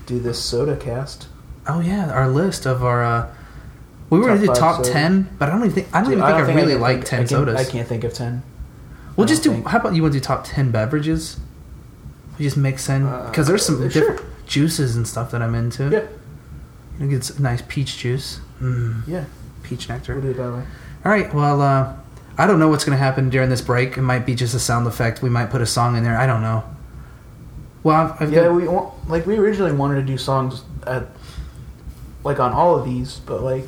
[SPEAKER 2] do this soda cast.
[SPEAKER 1] Oh yeah, our list of our. Uh, we were
[SPEAKER 2] Top
[SPEAKER 1] gonna do
[SPEAKER 2] five
[SPEAKER 1] top
[SPEAKER 2] sodas.
[SPEAKER 1] ten, but I don't even think I don't
[SPEAKER 2] Dude,
[SPEAKER 1] even think I,
[SPEAKER 2] can
[SPEAKER 1] really
[SPEAKER 2] think-
[SPEAKER 1] like
[SPEAKER 2] I
[SPEAKER 1] ten
[SPEAKER 2] can,
[SPEAKER 1] sodas.
[SPEAKER 2] I can't think of ten.
[SPEAKER 1] we'll
[SPEAKER 2] I
[SPEAKER 1] just do.
[SPEAKER 2] don't think-
[SPEAKER 1] How about you want to do top ten beverages? We just mix in because there's some
[SPEAKER 2] Uh,
[SPEAKER 1] different
[SPEAKER 2] sure.
[SPEAKER 1] juices and stuff that I'm into.
[SPEAKER 2] Yeah,
[SPEAKER 1] You get some nice peach juice, mm,
[SPEAKER 2] yeah.
[SPEAKER 1] peach
[SPEAKER 2] We'll
[SPEAKER 1] nectar.
[SPEAKER 2] do it that way.
[SPEAKER 1] All right, well, uh, I don't know what's gonna happen during this break. It might be just a sound effect. We might put a song in there. I don't know. Well, I've, I've
[SPEAKER 2] Yeah,
[SPEAKER 1] got-
[SPEAKER 2] we want, like we originally wanted to do songs at like on all of these, but like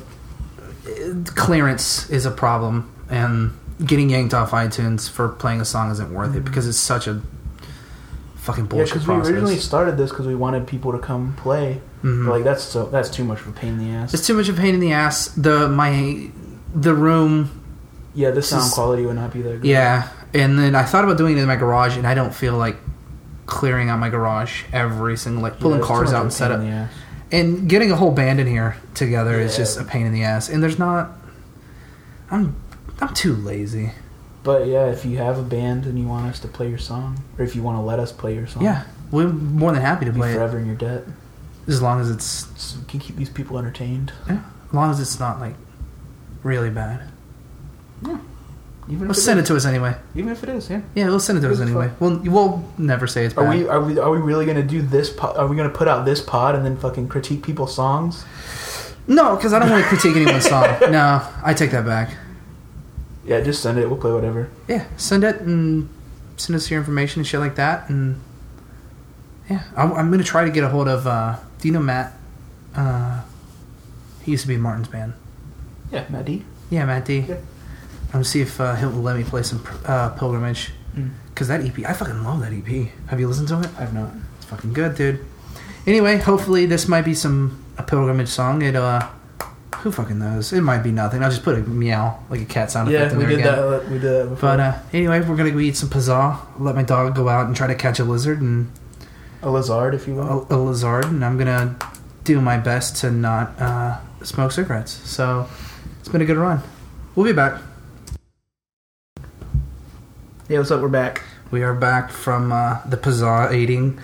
[SPEAKER 1] clearance is a problem, and getting yanked off iTunes for playing a song isn't worth it because it's such a fucking
[SPEAKER 2] Mm-hmm. yeah,
[SPEAKER 1] bullshit
[SPEAKER 2] because we
[SPEAKER 1] process.
[SPEAKER 2] originally started this because we wanted people to come play.
[SPEAKER 1] Mhm.
[SPEAKER 2] But, like that's so that's too much of a pain in the ass.
[SPEAKER 1] it's too much of a pain in the ass. The my the room,
[SPEAKER 2] yeah, the sound
[SPEAKER 1] is-
[SPEAKER 2] quality would not be that good.
[SPEAKER 1] yeah. And then I thought about doing it in my garage, and I don't feel like clearing out my garage every single like
[SPEAKER 2] Yeah,
[SPEAKER 1] pulling
[SPEAKER 2] it's too
[SPEAKER 1] cars
[SPEAKER 2] much
[SPEAKER 1] out
[SPEAKER 2] of a
[SPEAKER 1] and set
[SPEAKER 2] pain
[SPEAKER 1] up
[SPEAKER 2] in the ass.
[SPEAKER 1] and getting a whole band in here together is
[SPEAKER 2] Yeah.
[SPEAKER 1] just a pain in the ass. And there's not, I'm I'm too lazy.
[SPEAKER 2] But yeah, if you have a band and you want us to play your song, or if you want to let us play your song,
[SPEAKER 1] Yeah, we're more than happy to
[SPEAKER 2] we'll Oh. be
[SPEAKER 1] play it
[SPEAKER 2] forever in your debt.
[SPEAKER 1] as long as it's
[SPEAKER 2] So we can keep these people entertained.
[SPEAKER 1] Yeah, as long as it's not like really bad.
[SPEAKER 2] Even
[SPEAKER 1] Well,
[SPEAKER 2] if
[SPEAKER 1] send
[SPEAKER 2] it
[SPEAKER 1] it to us anyway.
[SPEAKER 2] is. Even if it is, yeah.
[SPEAKER 1] Yeah, we'll send it to us
[SPEAKER 2] It's
[SPEAKER 1] anyway. We'll we'll never say it's
[SPEAKER 2] Are
[SPEAKER 1] bad.
[SPEAKER 2] we are we are we really gonna do this? Po- are we gonna put out this pod and then fucking critique people's songs?
[SPEAKER 1] No, because I don't want to critique anyone's song. No, I take that back.
[SPEAKER 2] Yeah, just send it. We'll play whatever.
[SPEAKER 1] Yeah, send it and send us your information and shit like that. And yeah, I'm, I'm gonna try to get a hold of. Uh, do you know Matt? Uh, he used to be in Martin's band.
[SPEAKER 2] Yeah, Matt D.
[SPEAKER 1] Yeah, Matt D.
[SPEAKER 2] Yeah.
[SPEAKER 1] am gonna see if uh, he'll let me play some uh, Pilgrimage.
[SPEAKER 2] Mm.
[SPEAKER 1] Cause that EP, I fucking love that EP. Have you listened to it?
[SPEAKER 2] I've not.
[SPEAKER 1] It's fucking good, dude. Anyway, hopefully this might be some a pilgrimage song. It uh, who fucking knows? It might be nothing. I'll just put a meow like a cat sound effect
[SPEAKER 2] Yeah,
[SPEAKER 1] in
[SPEAKER 2] we
[SPEAKER 1] there
[SPEAKER 2] did
[SPEAKER 1] again.
[SPEAKER 2] that. We did that before.
[SPEAKER 1] But uh, anyway, we're gonna go eat some pizza. Let my dog go out and try to catch a lizard and
[SPEAKER 2] a Lazard, if you will.
[SPEAKER 1] a, a lizard, and I'm gonna do my best to not uh, smoke cigarettes. So it's been a good run. We'll be back.
[SPEAKER 2] Yeah, what's up? We're back.
[SPEAKER 1] We are back from uh, the pizza eating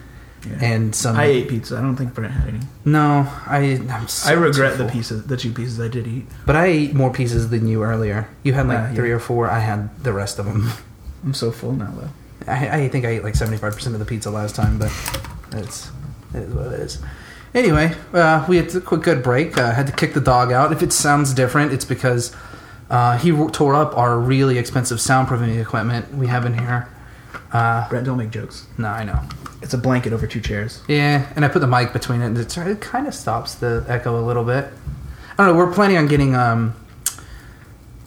[SPEAKER 1] and some.
[SPEAKER 2] I ate pizza. I don't think Brent had any.
[SPEAKER 1] no, I. I'm so
[SPEAKER 2] I regret the
[SPEAKER 1] full.
[SPEAKER 2] pieces, the two pieces I did eat.
[SPEAKER 1] But I ate more pieces than you earlier. You had like
[SPEAKER 2] Ah, yeah.
[SPEAKER 1] three or four. I had the rest of them.
[SPEAKER 2] I'm so full now though.
[SPEAKER 1] I, I think I ate like seventy five percent of the pizza last time, but it's it is what it is. Anyway, uh, we had a quick good break. Uh, had to kick the dog out. If it sounds different, it's because uh, he tore up our really expensive soundproofing equipment we have in here. Uh,
[SPEAKER 2] Brent, don't make jokes.
[SPEAKER 1] no, I know.
[SPEAKER 2] It's a blanket over two chairs.
[SPEAKER 1] Yeah, and I put the mic between it, and it, it kind of stops the echo a little bit. I don't know. We're planning on getting um,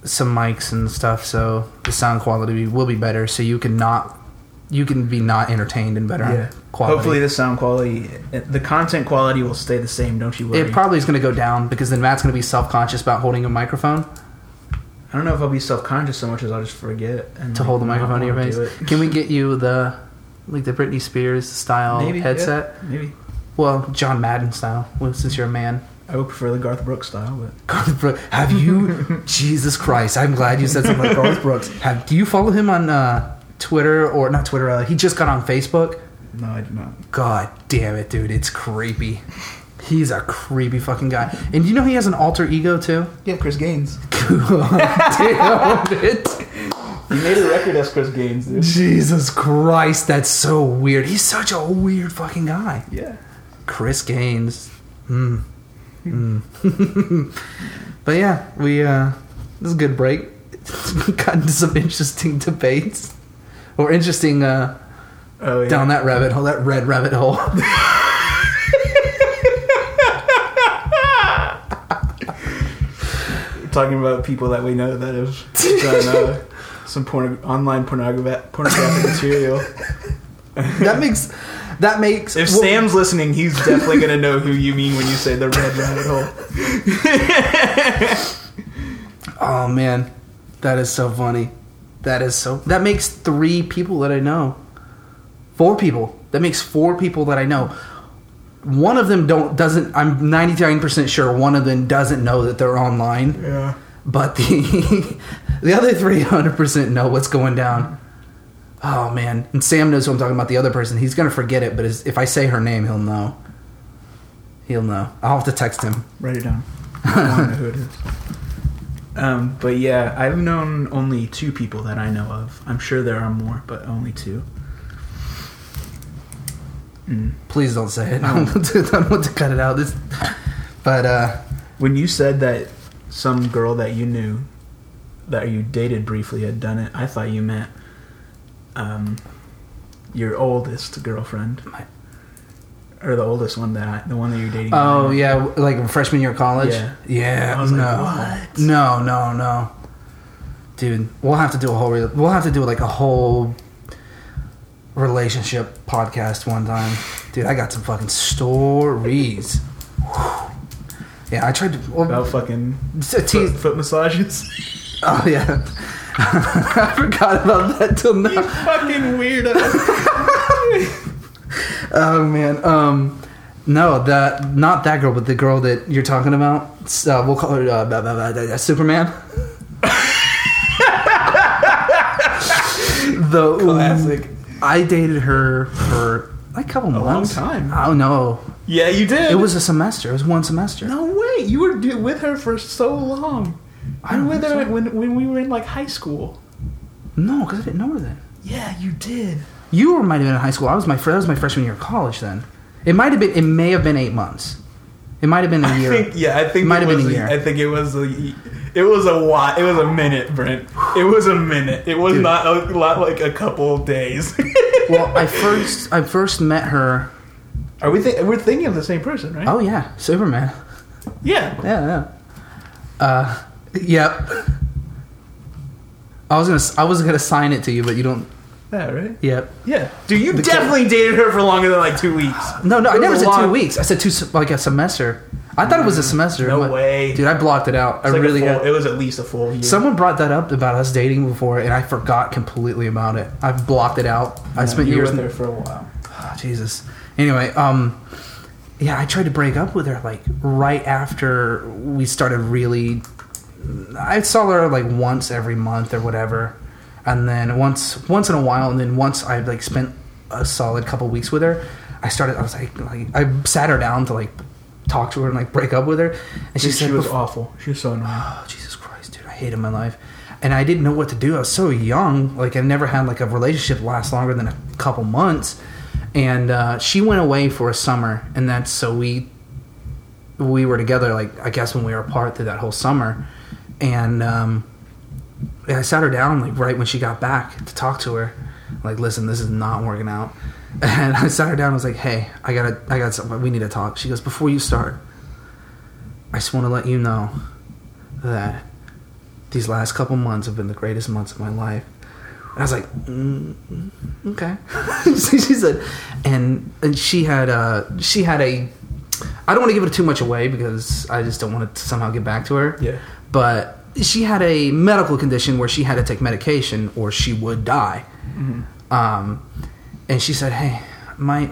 [SPEAKER 1] some mics and stuff, so the sound quality will be better. So you can not, you can be not entertained and better
[SPEAKER 2] Yeah.
[SPEAKER 1] quality.
[SPEAKER 2] Hopefully, the sound quality, the content quality will stay the same. Don't you worry.
[SPEAKER 1] it probably is going to go down because then Matt's going to be self conscious about holding a microphone
[SPEAKER 2] I don't know if I'll be self conscious so much as I'll just forget and
[SPEAKER 1] to hold the
[SPEAKER 2] not
[SPEAKER 1] microphone to your
[SPEAKER 2] wanna
[SPEAKER 1] face.
[SPEAKER 2] do it.
[SPEAKER 1] Can we get you the like the Britney Spears style
[SPEAKER 2] Maybe, yeah.
[SPEAKER 1] headset?
[SPEAKER 2] Maybe
[SPEAKER 1] Well, John Madden style. Well, since you're a man,
[SPEAKER 2] I would prefer the Garth Brooks style, but
[SPEAKER 1] Garth Brooks. Have you? Jesus Christ! I'm glad you said something like Garth Brooks. Have do you follow him on uh, Twitter or not Twitter? Uh, he just got on Facebook.
[SPEAKER 2] no, I do not.
[SPEAKER 1] God damn it, dude! It's creepy. He's a creepy fucking guy. And you know he has an alter ego too.
[SPEAKER 2] Yeah, Chris Gaines.
[SPEAKER 1] God damn it.
[SPEAKER 2] You made a record as Chris Gaines, dude.
[SPEAKER 1] Jesus Christ, that's so weird. He's such a weird fucking guy.
[SPEAKER 2] Yeah.
[SPEAKER 1] Chris Gaines. Mm. Mm. but yeah, we uh this is a good break. we got into some interesting debates. Or interesting uh
[SPEAKER 2] Oh yeah.
[SPEAKER 1] down that rabbit hole, that red rabbit hole.
[SPEAKER 2] Talking about people that we know that have done uh, some porno- online pornogra- pornographic material.
[SPEAKER 1] that makes that makes
[SPEAKER 2] If
[SPEAKER 1] well,
[SPEAKER 2] Sam's listening, he's definitely gonna know who you mean when you say the red rabbit hole.
[SPEAKER 1] Oh man. That is so funny. That is so that makes three people that I know. Four people. That makes four people that I know. One of them don't doesn't I'm ninety nine percent sure one of them doesn't know that they're online.
[SPEAKER 2] Yeah.
[SPEAKER 1] but the the other three hundred percent know what's going down. Oh man, and Sam knows who I'm talking about. The other person, he's gonna forget it, but is- if I say her name, he'll know. He'll know. I'll have to text him.
[SPEAKER 2] Write it down. I want to know who it is. Um, but yeah, I've known only two people that I know of. I'm sure there are more, but only two. Mm.
[SPEAKER 1] Please don't say it. I don't want to, I don't want to cut it out. This, but uh,
[SPEAKER 2] When you said that some girl that you knew, that you dated briefly, had done it, I thought you meant um, your oldest girlfriend,
[SPEAKER 1] My-
[SPEAKER 2] or the oldest one that I, the one that you're dating. now.
[SPEAKER 1] oh yeah, like freshman year of college.
[SPEAKER 2] Yeah.
[SPEAKER 1] Yeah,
[SPEAKER 2] I was
[SPEAKER 1] no,
[SPEAKER 2] like, what?
[SPEAKER 1] no, no, no, dude. We'll have to do a whole. Re- we'll have to do like a whole relationship podcast one time, dude. I got some fucking stories. Whew. Yeah, I tried to. Well,
[SPEAKER 2] about fucking
[SPEAKER 1] it's a
[SPEAKER 2] foot,
[SPEAKER 1] tease.
[SPEAKER 2] foot massages.
[SPEAKER 1] Oh yeah, I forgot about that till now.
[SPEAKER 2] fucking weirdo.
[SPEAKER 1] Oh man, um, no, that not that girl, but the girl that you're talking about. S- Uh, we'll call her uh, blah, blah, blah, blah, blah, Superman. the
[SPEAKER 2] Classic.
[SPEAKER 1] I dated her for like a couple
[SPEAKER 2] long
[SPEAKER 1] months.
[SPEAKER 2] time.
[SPEAKER 1] Oh no,
[SPEAKER 2] Yeah, you did.
[SPEAKER 1] it was a semester. It was one semester.
[SPEAKER 2] No way! You were do- with her for so long.
[SPEAKER 1] I
[SPEAKER 2] I
[SPEAKER 1] don't
[SPEAKER 2] were with
[SPEAKER 1] think
[SPEAKER 2] her
[SPEAKER 1] so.
[SPEAKER 2] when when we were in like high school.
[SPEAKER 1] no, because I didn't know her then.
[SPEAKER 2] Yeah, you did.
[SPEAKER 1] You were might have been in high school. I was my fr- that was my freshman year of college. Then it might have been. It may have been eight months. It might have been a
[SPEAKER 2] I
[SPEAKER 1] year.
[SPEAKER 2] think yeah, I think
[SPEAKER 1] Might have
[SPEAKER 2] it
[SPEAKER 1] been
[SPEAKER 2] was
[SPEAKER 1] a year.
[SPEAKER 2] I think it was a it was a lot. It was a minute, Brent. It was a minute. It was
[SPEAKER 1] Dude.
[SPEAKER 2] not a lot like a couple of days.
[SPEAKER 1] well, I first I first met her.
[SPEAKER 2] Are we think we're thinking of the same person, right?
[SPEAKER 1] Oh yeah, Superman.
[SPEAKER 2] Yeah.
[SPEAKER 1] Yeah, yeah. Uh, yep. I was gonna, s- I was gonna sign it to you, but you don't.
[SPEAKER 2] That right?
[SPEAKER 1] Yep.
[SPEAKER 2] Yeah. Dude, you
[SPEAKER 1] The kid-
[SPEAKER 2] definitely dated her for longer than like two weeks.
[SPEAKER 1] No, no, I
[SPEAKER 2] It was
[SPEAKER 1] never
[SPEAKER 2] a
[SPEAKER 1] said two
[SPEAKER 2] long-
[SPEAKER 1] weeks. I said two, se- like a semester. I thought it was a semester.
[SPEAKER 2] No
[SPEAKER 1] but-
[SPEAKER 2] way.
[SPEAKER 1] dude. I blocked it out.
[SPEAKER 2] It's
[SPEAKER 1] I
[SPEAKER 2] like a
[SPEAKER 1] really.
[SPEAKER 2] full- it was at least a full year.
[SPEAKER 1] Someone brought that up about us dating before, and I forgot completely about it. I blocked it out. I
[SPEAKER 2] No,
[SPEAKER 1] spent
[SPEAKER 2] you were
[SPEAKER 1] years
[SPEAKER 2] with her for a while.
[SPEAKER 1] Oh, Jesus. Anyway, um, yeah, I tried to break up with her like right after we started really. I saw her like once every month or whatever, and then once once in a while, and then once I like spent a solid couple weeks with her, I started. I was like, like I sat her down to like talk to her and like break up with her, and she,
[SPEAKER 2] Dude,
[SPEAKER 1] said
[SPEAKER 2] she was
[SPEAKER 1] bef-
[SPEAKER 2] awful. She was so annoying.
[SPEAKER 1] oh jesus christ dude i hated my life and i didn't know what to do i was so young like i never had like a relationship last longer than a couple months and uh, she went away for a summer and that's so we we were together like i guess when we were apart through that whole summer and um, and I sat her down like right when she got back to talk to her. Like, listen, this is not working out. And I sat her down. I was like, hey, I gotta, I got something. We need to talk. She goes, before you start, I just want to let you know that these last couple months have been the greatest months of my life. And I was like, mm, okay. she said, and and she had uh she had a. I don't want to give it too much away because I just don't want to somehow get back to her.
[SPEAKER 2] Yeah.
[SPEAKER 1] But she had a medical condition where she had to take medication or she would die. Um, and she said, "Hey, my,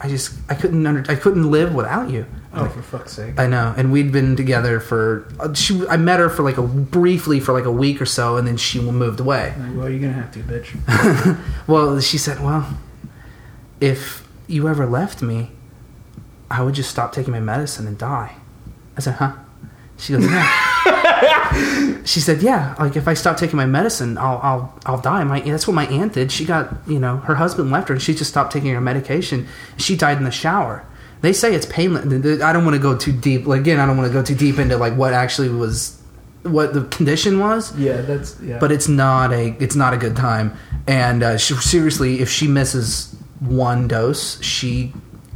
[SPEAKER 1] I just I couldn't under, I couldn't live without you." I'm
[SPEAKER 2] Oh,
[SPEAKER 1] like,
[SPEAKER 2] for fuck's sake.
[SPEAKER 1] I know, and we'd been together for. uh, She, I met her for like a briefly for like a week or so, and then she moved away.
[SPEAKER 2] Like, well, you're gonna have to, bitch.
[SPEAKER 1] Well, she said, "Well, if you ever left me, I would just stop taking my medicine and die." I said, "Huh?" She goes, "Yeah." she said, "Yeah. Like if I stop taking my medicine, I'll I'll I'll die." My that's what my aunt did. She got you know her husband left her, and she just stopped taking her medication. She died in the shower. They say it's painless. I don't want to go too deep. Like, again, I don't want to go too deep into like what actually was, what the condition was
[SPEAKER 2] Yeah, that's yeah.
[SPEAKER 1] but it's not a it's not a good time. And uh, she, seriously, if she misses one dose, she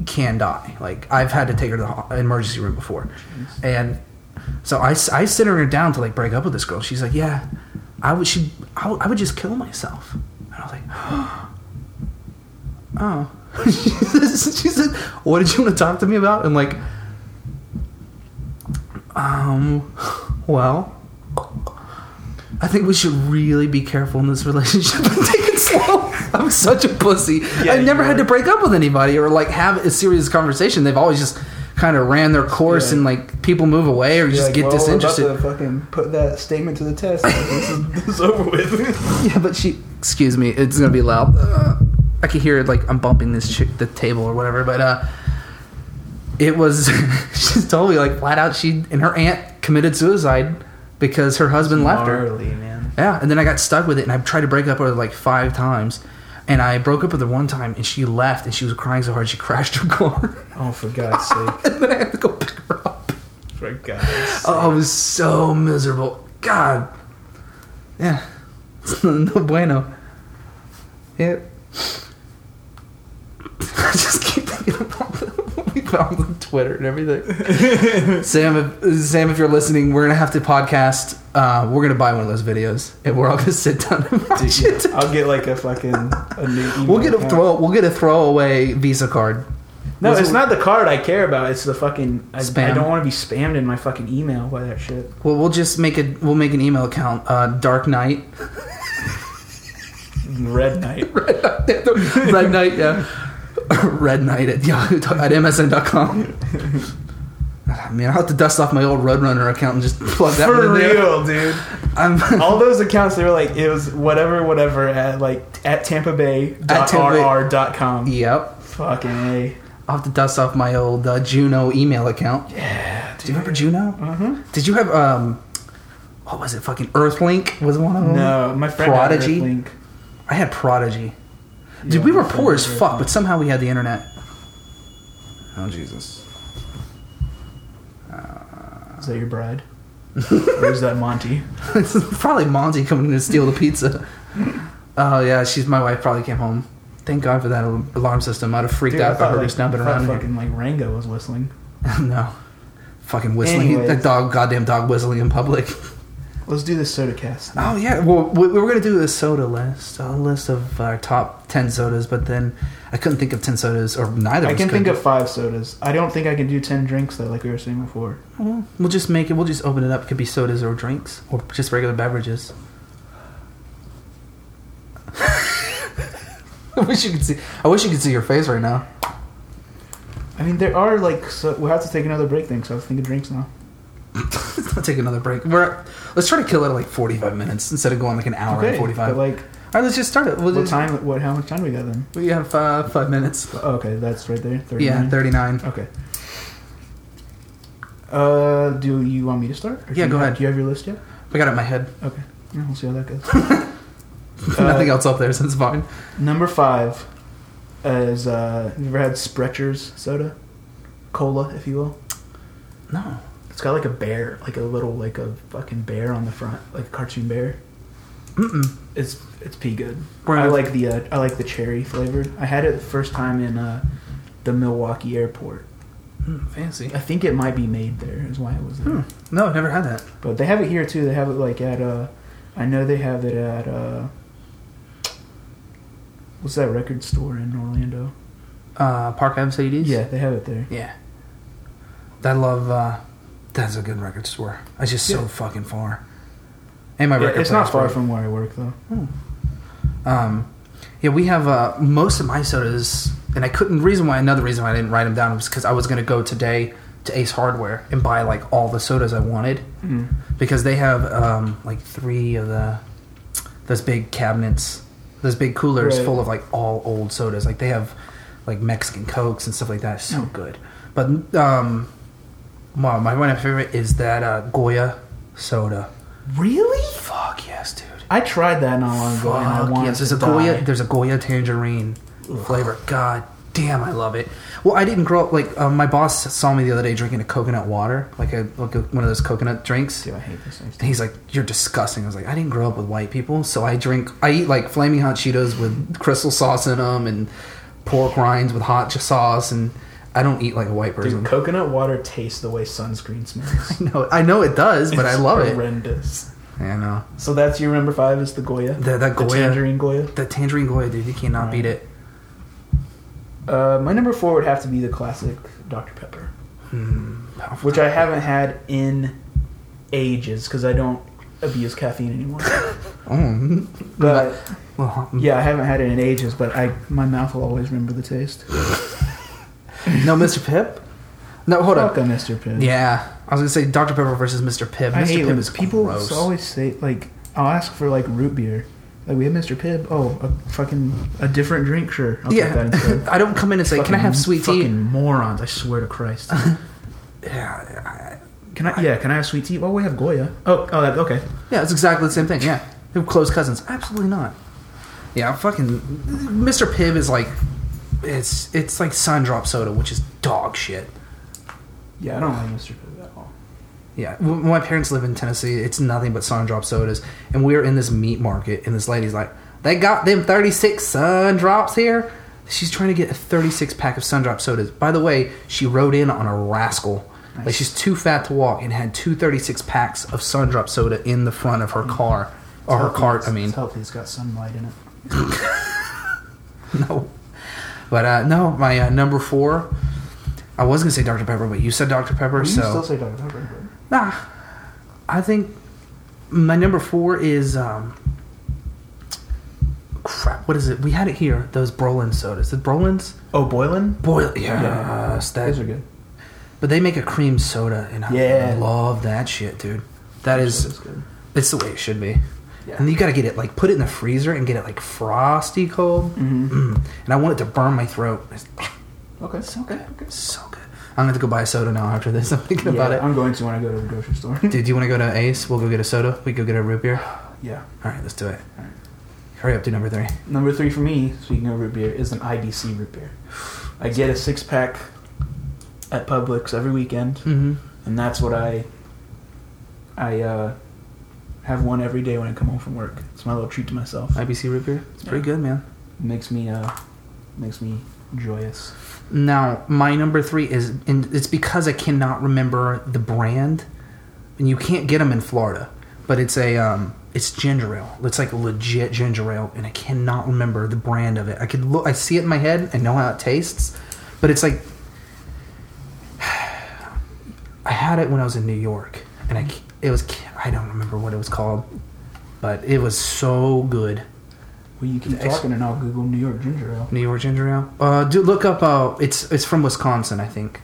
[SPEAKER 1] can die. Like I've had to take her to the ho- emergency room before, and so I, s- I sent her down to like break up with this girl. She's like, yeah, I would she I would, I would just kill myself. And I was like, oh. she said, "What did you want to talk to me about?" And like, um, well, I think we should really be careful in this relationship and take it slow. I'm such a pussy.
[SPEAKER 2] Yeah,
[SPEAKER 1] I've never
[SPEAKER 2] you
[SPEAKER 1] had to
[SPEAKER 2] are.
[SPEAKER 1] break up with anybody or like have a serious conversation. They've always just kind of ran their course
[SPEAKER 2] Yeah.
[SPEAKER 1] and like people move away or
[SPEAKER 2] You're
[SPEAKER 1] just
[SPEAKER 2] like,
[SPEAKER 1] get
[SPEAKER 2] well, we're about
[SPEAKER 1] disinterested.
[SPEAKER 2] to fucking put that statement to the test. Like, this, is, this is over with.
[SPEAKER 1] Yeah, but she. Excuse me, it's gonna be loud. Uh, I can hear it, like I'm bumping this chick, the table or whatever. But uh, it was. she told me like flat out she and her aunt committed suicide because her husband left her.
[SPEAKER 2] Gnarly, man.
[SPEAKER 1] Yeah, and then I got stuck with it, and I tried to break up with her like five times, and I broke up with her one time, and she left, and she was crying so hard she crashed her car,
[SPEAKER 2] Oh, for God's sake!
[SPEAKER 1] and then I had to go pick her up.
[SPEAKER 2] For God's sake!
[SPEAKER 1] Oh, I was so miserable. God. Yeah. no bueno. Yep. I just keep thinking about what we found on Twitter and everything. Sam, if, Sam, if you're listening, we're gonna have to podcast. Uh, we're gonna buy one of those videos, and we're all gonna sit down and watch
[SPEAKER 2] Dude,
[SPEAKER 1] it.
[SPEAKER 2] yeah, I'll get like a fucking a new. Email
[SPEAKER 1] We'll get a
[SPEAKER 2] account.
[SPEAKER 1] throw. We'll get a throwaway Visa card.
[SPEAKER 2] No,
[SPEAKER 1] What's
[SPEAKER 2] it's
[SPEAKER 1] it-
[SPEAKER 2] not the card I care about. It's the fucking. I,
[SPEAKER 1] Spam.
[SPEAKER 2] I don't want to be spammed in my fucking email by that shit.
[SPEAKER 1] Well, we'll just make a. We'll make an email account. Uh, Dark Knight.
[SPEAKER 2] Red Knight.
[SPEAKER 1] Red Knight, yeah. Red Knight at Yahoo at MSN.com. I mean, Ah, I'll have to dust off my old Roadrunner account and just plug that one
[SPEAKER 2] For
[SPEAKER 1] in there.
[SPEAKER 2] real, dude.
[SPEAKER 1] I'm
[SPEAKER 2] All those accounts, they were like it was whatever, whatever at like at Tampa Bay
[SPEAKER 1] At Tampa Bay.
[SPEAKER 2] com.
[SPEAKER 1] Yep.
[SPEAKER 2] Fucking a.
[SPEAKER 1] I'll have to dust off my old uh, Juno email account.
[SPEAKER 2] Yeah.
[SPEAKER 1] Do you remember Juno?
[SPEAKER 2] Mm-hmm.
[SPEAKER 1] Did you have um what was it? Fucking Earthlink was one of them?
[SPEAKER 2] No, my friend had
[SPEAKER 1] Prodigy?
[SPEAKER 2] Earthlink.
[SPEAKER 1] I had Prodigy. Dude,
[SPEAKER 2] Yeah,
[SPEAKER 1] we were
[SPEAKER 2] my
[SPEAKER 1] poor
[SPEAKER 2] friend
[SPEAKER 1] as
[SPEAKER 2] had
[SPEAKER 1] fuck, but somehow we had the internet. Oh Jesus.
[SPEAKER 2] Earthlink. Is that your bride? or is that Monty?
[SPEAKER 1] This is probably Monty coming to steal the pizza. Oh yeah, she's my wife. Probably came home. Thank God for that al- alarm system. I'd have freaked
[SPEAKER 2] Dude,
[SPEAKER 1] out if I heard her
[SPEAKER 2] like-
[SPEAKER 1] snapping
[SPEAKER 2] I thought
[SPEAKER 1] around.
[SPEAKER 2] Fucking like Rango was whistling.
[SPEAKER 1] here. no, fucking whistling.
[SPEAKER 2] Anyways.
[SPEAKER 1] That dog, goddamn dog, whistling in public.
[SPEAKER 2] Let's do this soda cast.
[SPEAKER 1] Oh yeah. Well, we, we were gonna do a soda list, a list of our top ten sodas, but then I couldn't think of ten sodas, or neither.
[SPEAKER 2] I
[SPEAKER 1] of us
[SPEAKER 2] can
[SPEAKER 1] could.
[SPEAKER 2] think of five sodas. I don't think I can do ten drinks though, like we were saying before.
[SPEAKER 1] Well, we'll just make it. We'll just open it up. It could be sodas or drinks or just regular beverages. I wish you could see. I wish you could see your face right now.
[SPEAKER 2] I mean, there are like so we'll have to take another break thing. So I was thinking drinks now.
[SPEAKER 1] Let's not take another break. We're let's try to kill it at like forty-five minutes instead of going like an hour and forty-five.
[SPEAKER 2] But like,
[SPEAKER 1] All right, let's just start it. We'll
[SPEAKER 2] what
[SPEAKER 1] just,
[SPEAKER 2] time? What? How much time we got then?
[SPEAKER 1] We have uh, five minutes.
[SPEAKER 2] Oh, okay, that's right there. 39.
[SPEAKER 1] Yeah, thirty-nine.
[SPEAKER 2] Okay. Uh, do you want me to start? Or do
[SPEAKER 1] Yeah,
[SPEAKER 2] you
[SPEAKER 1] go
[SPEAKER 2] have-
[SPEAKER 1] ahead.
[SPEAKER 2] Do you have your list yet?
[SPEAKER 1] I got it in my head.
[SPEAKER 2] Okay. Yeah, we'll see how that goes.
[SPEAKER 1] Nothing
[SPEAKER 2] Uh,
[SPEAKER 1] else up there, so it's fine.
[SPEAKER 2] Number five is uh, you ever had Sprecher's soda, cola, if you will.
[SPEAKER 1] No.
[SPEAKER 2] It's got like a bear, like a little like a fucking bear on the front, like a cartoon bear.
[SPEAKER 1] Mm-mm.
[SPEAKER 2] It's it's pea good.
[SPEAKER 1] Right.
[SPEAKER 2] I like the uh, I like the cherry flavored. I had it the first time in uh, the Milwaukee airport.
[SPEAKER 1] Mm, fancy.
[SPEAKER 2] I think it might be made there. Is why it was there.
[SPEAKER 1] Hmm. No, I've never had that.
[SPEAKER 2] But they have it here too. They have it like at uh, I know they have it at uh, what's that record store in Orlando?
[SPEAKER 1] Uh, Park Ave CDs.
[SPEAKER 2] Yeah, they have it there.
[SPEAKER 1] Yeah. I love. Uh, that's a good record store. It's just so
[SPEAKER 2] Yeah.
[SPEAKER 1] fucking far. And my
[SPEAKER 2] Yeah,
[SPEAKER 1] record.
[SPEAKER 2] it's not far
[SPEAKER 1] player's
[SPEAKER 2] from where I work though.
[SPEAKER 1] broke. Um, yeah, we have uh, most of my sodas, and I couldn't. Reason why another reason why I didn't write them down was because I was gonna go today to Ace Hardware and buy like all the sodas I wanted
[SPEAKER 2] Mm.
[SPEAKER 1] because they have um, like three of the those big cabinets, those big coolers
[SPEAKER 2] Right.
[SPEAKER 1] full of like all old sodas. Like they have like Mexican cokes and stuff like that. It's so
[SPEAKER 2] Mm.
[SPEAKER 1] good. But um, my my one of my favorite is that uh, Goya soda.
[SPEAKER 2] Really?
[SPEAKER 1] Fuck yes, dude.
[SPEAKER 2] I tried that not long ago, and I
[SPEAKER 1] Fuck
[SPEAKER 2] wanted
[SPEAKER 1] yes, there's
[SPEAKER 2] to
[SPEAKER 1] a Goya.
[SPEAKER 2] die.
[SPEAKER 1] There's a Goya tangerine flavor. God damn, I love it. Well, I didn't grow up like um, my boss saw me the other day drinking a coconut water, like a like a, one of those coconut drinks.
[SPEAKER 2] Dude, I hate those things.
[SPEAKER 1] And he's like, "You're disgusting." I was like, "I didn't grow up with white people, so I drink, I eat like flaming hot Cheetos with crystal sauce in them, and pork rinds with hot ch- sauce, and I don't eat like a white person."
[SPEAKER 2] Dude, coconut water tastes the way sunscreen smells.
[SPEAKER 1] no, I know it does, but I
[SPEAKER 2] It's
[SPEAKER 1] love it.
[SPEAKER 2] horrendous.
[SPEAKER 1] Yeah, I know
[SPEAKER 2] So that's your number five is the Goya.
[SPEAKER 1] The- that Goya.
[SPEAKER 2] The tangerine Goya.
[SPEAKER 1] the tangerine Goya, dude. You cannot beat it.
[SPEAKER 2] Uh, my number four would have to be the classic Dr. Pepper,
[SPEAKER 1] Hmm. Powerful.
[SPEAKER 2] which I haven't had in ages because I don't abuse caffeine anymore.
[SPEAKER 1] Mm.
[SPEAKER 2] But
[SPEAKER 1] Well,
[SPEAKER 2] yeah, I haven't had it in ages, but I my mouth will always remember the taste.
[SPEAKER 1] no, Mr. Pip. No, hold
[SPEAKER 2] Fuck
[SPEAKER 1] up.
[SPEAKER 2] a Mr. Pibb.
[SPEAKER 1] Yeah, I was gonna say Dr. Pepper versus Mr. Pibb.
[SPEAKER 2] I
[SPEAKER 1] Mr.
[SPEAKER 2] hate
[SPEAKER 1] Pibb
[SPEAKER 2] when
[SPEAKER 1] is
[SPEAKER 2] people
[SPEAKER 1] gross.
[SPEAKER 2] always say like I'll ask for like root beer. Like we have Mr. Pibb. Oh, a fucking a different drink, sure. I'll take that instead.
[SPEAKER 1] yeah, I don't come in and say, "Can I have
[SPEAKER 2] Fucking-
[SPEAKER 1] sweet tea?"
[SPEAKER 2] Fucking morons! I swear to Christ.
[SPEAKER 1] Yeah, I-
[SPEAKER 2] Can I? Yeah, can I have sweet tea? Well, we have Goya. Oh, oh, that, okay.
[SPEAKER 1] Yeah, it's exactly the same thing. Yeah, they're close cousins. Absolutely not. Yeah, I'm fucking Mr. Pibb is like, it's it's like sun drop soda, which is dog shit.
[SPEAKER 2] Yeah, I don't like Mr. Pibb at all.
[SPEAKER 1] Yeah, when my parents live in Tennessee, it's nothing but sun drop sodas, and we are in this meat market, and this lady's like, they got them 36 sun drops here. She's trying to get a 36 pack of sun drop sodas. By the way, she rode in on a rascal. Like
[SPEAKER 2] Nice.
[SPEAKER 1] she's too fat to walk, and had two 36 packs of sun drop soda in the front of her car, or her cart. I mean,
[SPEAKER 2] it's healthy. It's got sunlight in it.
[SPEAKER 1] no. But uh, no, my uh, number four. I was gonna say Dr Pepper, but you said Dr Pepper,
[SPEAKER 2] You
[SPEAKER 1] so
[SPEAKER 2] still say Dr Pepper?
[SPEAKER 1] nah. I think my number four is um. Crap! What is it? We had it here. Those Brolin sodas. The Brolins
[SPEAKER 2] Oh, Boylan.
[SPEAKER 1] boil.
[SPEAKER 2] Yeah.
[SPEAKER 1] Yes, that-
[SPEAKER 2] Those are good.
[SPEAKER 1] But they make a cream soda, and I
[SPEAKER 2] Yeah.
[SPEAKER 1] love that shit, dude. That is,
[SPEAKER 2] Soda's good.
[SPEAKER 1] it's the way it should be.
[SPEAKER 2] Yeah.
[SPEAKER 1] And you gotta get it like put it in the freezer and get it like frosty cold.
[SPEAKER 2] Mm-hmm.
[SPEAKER 1] Mm. And I want it to burn my throat. It's-
[SPEAKER 2] Okay. Okay. Okay.
[SPEAKER 1] So good. I'm gonna have to go buy a soda now after this. I'm thinking about
[SPEAKER 2] Yeah,
[SPEAKER 1] it.
[SPEAKER 2] I'm going to when I go to the grocery store.
[SPEAKER 1] Dude, do you want to go to Ace? We'll go get a soda. We go get a root beer.
[SPEAKER 2] yeah.
[SPEAKER 1] All right, let's do it.
[SPEAKER 2] All right.
[SPEAKER 1] Hurry up, do number three.
[SPEAKER 2] Number three for me, speaking of root beer, is an IBC root beer. I get a six pack at Publix every weekend,
[SPEAKER 1] Mm-hmm.
[SPEAKER 2] and that's what I I uh, have one every day when I come home from work. It's my little treat to myself.
[SPEAKER 1] IBC root beer. It's pretty
[SPEAKER 2] Yeah.
[SPEAKER 1] good, man.
[SPEAKER 2] makes me uh, makes me joyous.
[SPEAKER 1] Now, my number three is, and it's because I cannot remember the brand, and you can't get them in Florida. But it's a, um, it's ginger ale. It's like legit ginger ale, and I cannot remember the brand of it. I could look, I see it in my head, I know how it tastes, but it's like, I had it when I was in New York, and I, c- it was, c- I don't remember what it was called, but it was so good.
[SPEAKER 2] Well, you keep
[SPEAKER 1] Nice.
[SPEAKER 2] talking, and I'll Google New York ginger ale.
[SPEAKER 1] New York ginger ale. Uh, do look up. Uh, it's it's from Wisconsin, I think.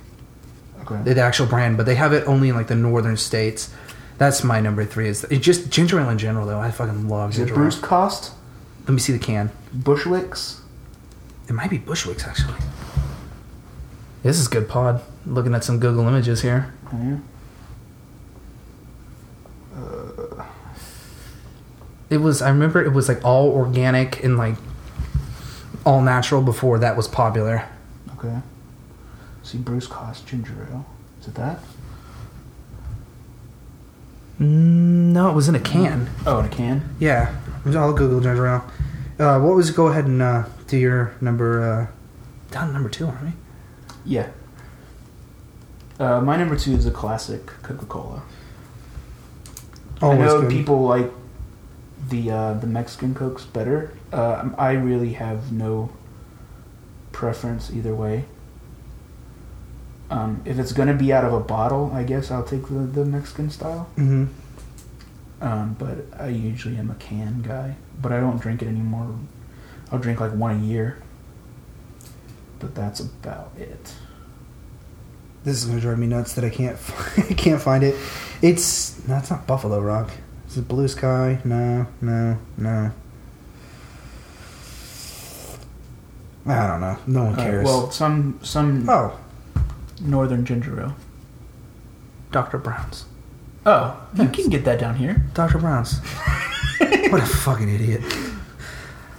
[SPEAKER 2] Okay.
[SPEAKER 1] the actual brand, but they have it only in like the northern states. That's my number three. Is it just ginger ale in general though? I fucking love
[SPEAKER 2] Is it
[SPEAKER 1] ginger
[SPEAKER 2] Bruce
[SPEAKER 1] ale.
[SPEAKER 2] Cost,
[SPEAKER 1] Let me see the can.
[SPEAKER 2] Bushwick's?
[SPEAKER 1] It might be Bushwick's actually. This is good pod. Looking at some Google images here.
[SPEAKER 2] Oh, yeah. Uh,
[SPEAKER 1] It was. I remember it was like all organic and like all natural before that was popular.
[SPEAKER 2] okay. See Bruce Cost ginger ale. Is it that?
[SPEAKER 1] Mm, No, it was in a can.
[SPEAKER 2] Oh, in a can.
[SPEAKER 1] Yeah, I'll Google ginger ale. Uh, what was? Go ahead and uh, do your number. Uh, down to number two, aren't we?
[SPEAKER 2] Yeah. Uh, my number two is a classic Coca Cola. I
[SPEAKER 1] Always
[SPEAKER 2] know
[SPEAKER 1] good.
[SPEAKER 2] people like the uh, the Mexican Cokes better. Uh, I really have no preference either way. Um, if it's gonna be out of a bottle, I guess I'll take the, the Mexican style.
[SPEAKER 1] hmm
[SPEAKER 2] Um, but I usually am a can guy. But I don't drink it anymore. I'll drink like one a year. But that's about it.
[SPEAKER 1] This is gonna drive me nuts that I can't I can't find it. It's no, it's not Buffalo Rock. Is it Blue Sky? No, no, no. I don't know. No one
[SPEAKER 2] Uh,
[SPEAKER 1] cares.
[SPEAKER 2] well, some some
[SPEAKER 1] oh,
[SPEAKER 2] northern ginger ale.
[SPEAKER 1] Dr. Brown's.
[SPEAKER 2] Oh, you can get that down here.
[SPEAKER 1] Dr. Brown's. what a fucking idiot.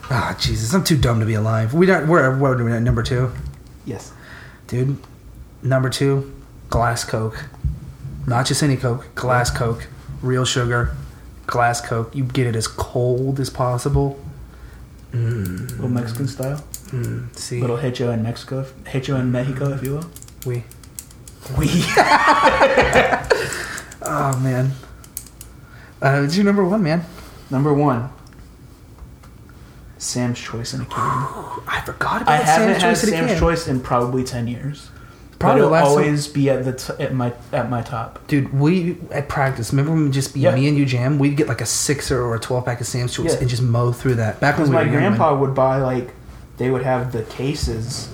[SPEAKER 1] Ah, Jesus, I'm too dumb to be alive. We don't. We're what are we at number two,
[SPEAKER 2] Yes.
[SPEAKER 1] dude. Number two, glass Coke, not just any Coke. Glass Coke, real sugar. Glass Coke. You get it as cold as possible. Mm,
[SPEAKER 2] Little Mexican style.
[SPEAKER 1] mm, see,
[SPEAKER 2] Little hecho in Mexico, hecho in Mexico, if you will.
[SPEAKER 1] we.
[SPEAKER 2] We.
[SPEAKER 1] Oh man. Uh, it's your number one, man.
[SPEAKER 2] Number one. Sam's Choice in a can.
[SPEAKER 1] I forgot about
[SPEAKER 2] I haven't
[SPEAKER 1] Sam's
[SPEAKER 2] had
[SPEAKER 1] Choice in a
[SPEAKER 2] Sam's
[SPEAKER 1] can.
[SPEAKER 2] Choice in probably ten years.
[SPEAKER 1] Probably
[SPEAKER 2] Probably
[SPEAKER 1] the
[SPEAKER 2] it'll
[SPEAKER 1] last time-
[SPEAKER 2] always be at the t- at my at my top.
[SPEAKER 1] Dude, we at practice, remember when we just be
[SPEAKER 2] Yeah.
[SPEAKER 1] me and you jam? We'd get like a sixer or a twelve pack of Sam's Choice
[SPEAKER 2] Yeah.
[SPEAKER 1] and just mow through that. Back when
[SPEAKER 2] Because
[SPEAKER 1] we
[SPEAKER 2] my
[SPEAKER 1] were younger, man.
[SPEAKER 2] grandpa would buy like they would have the cases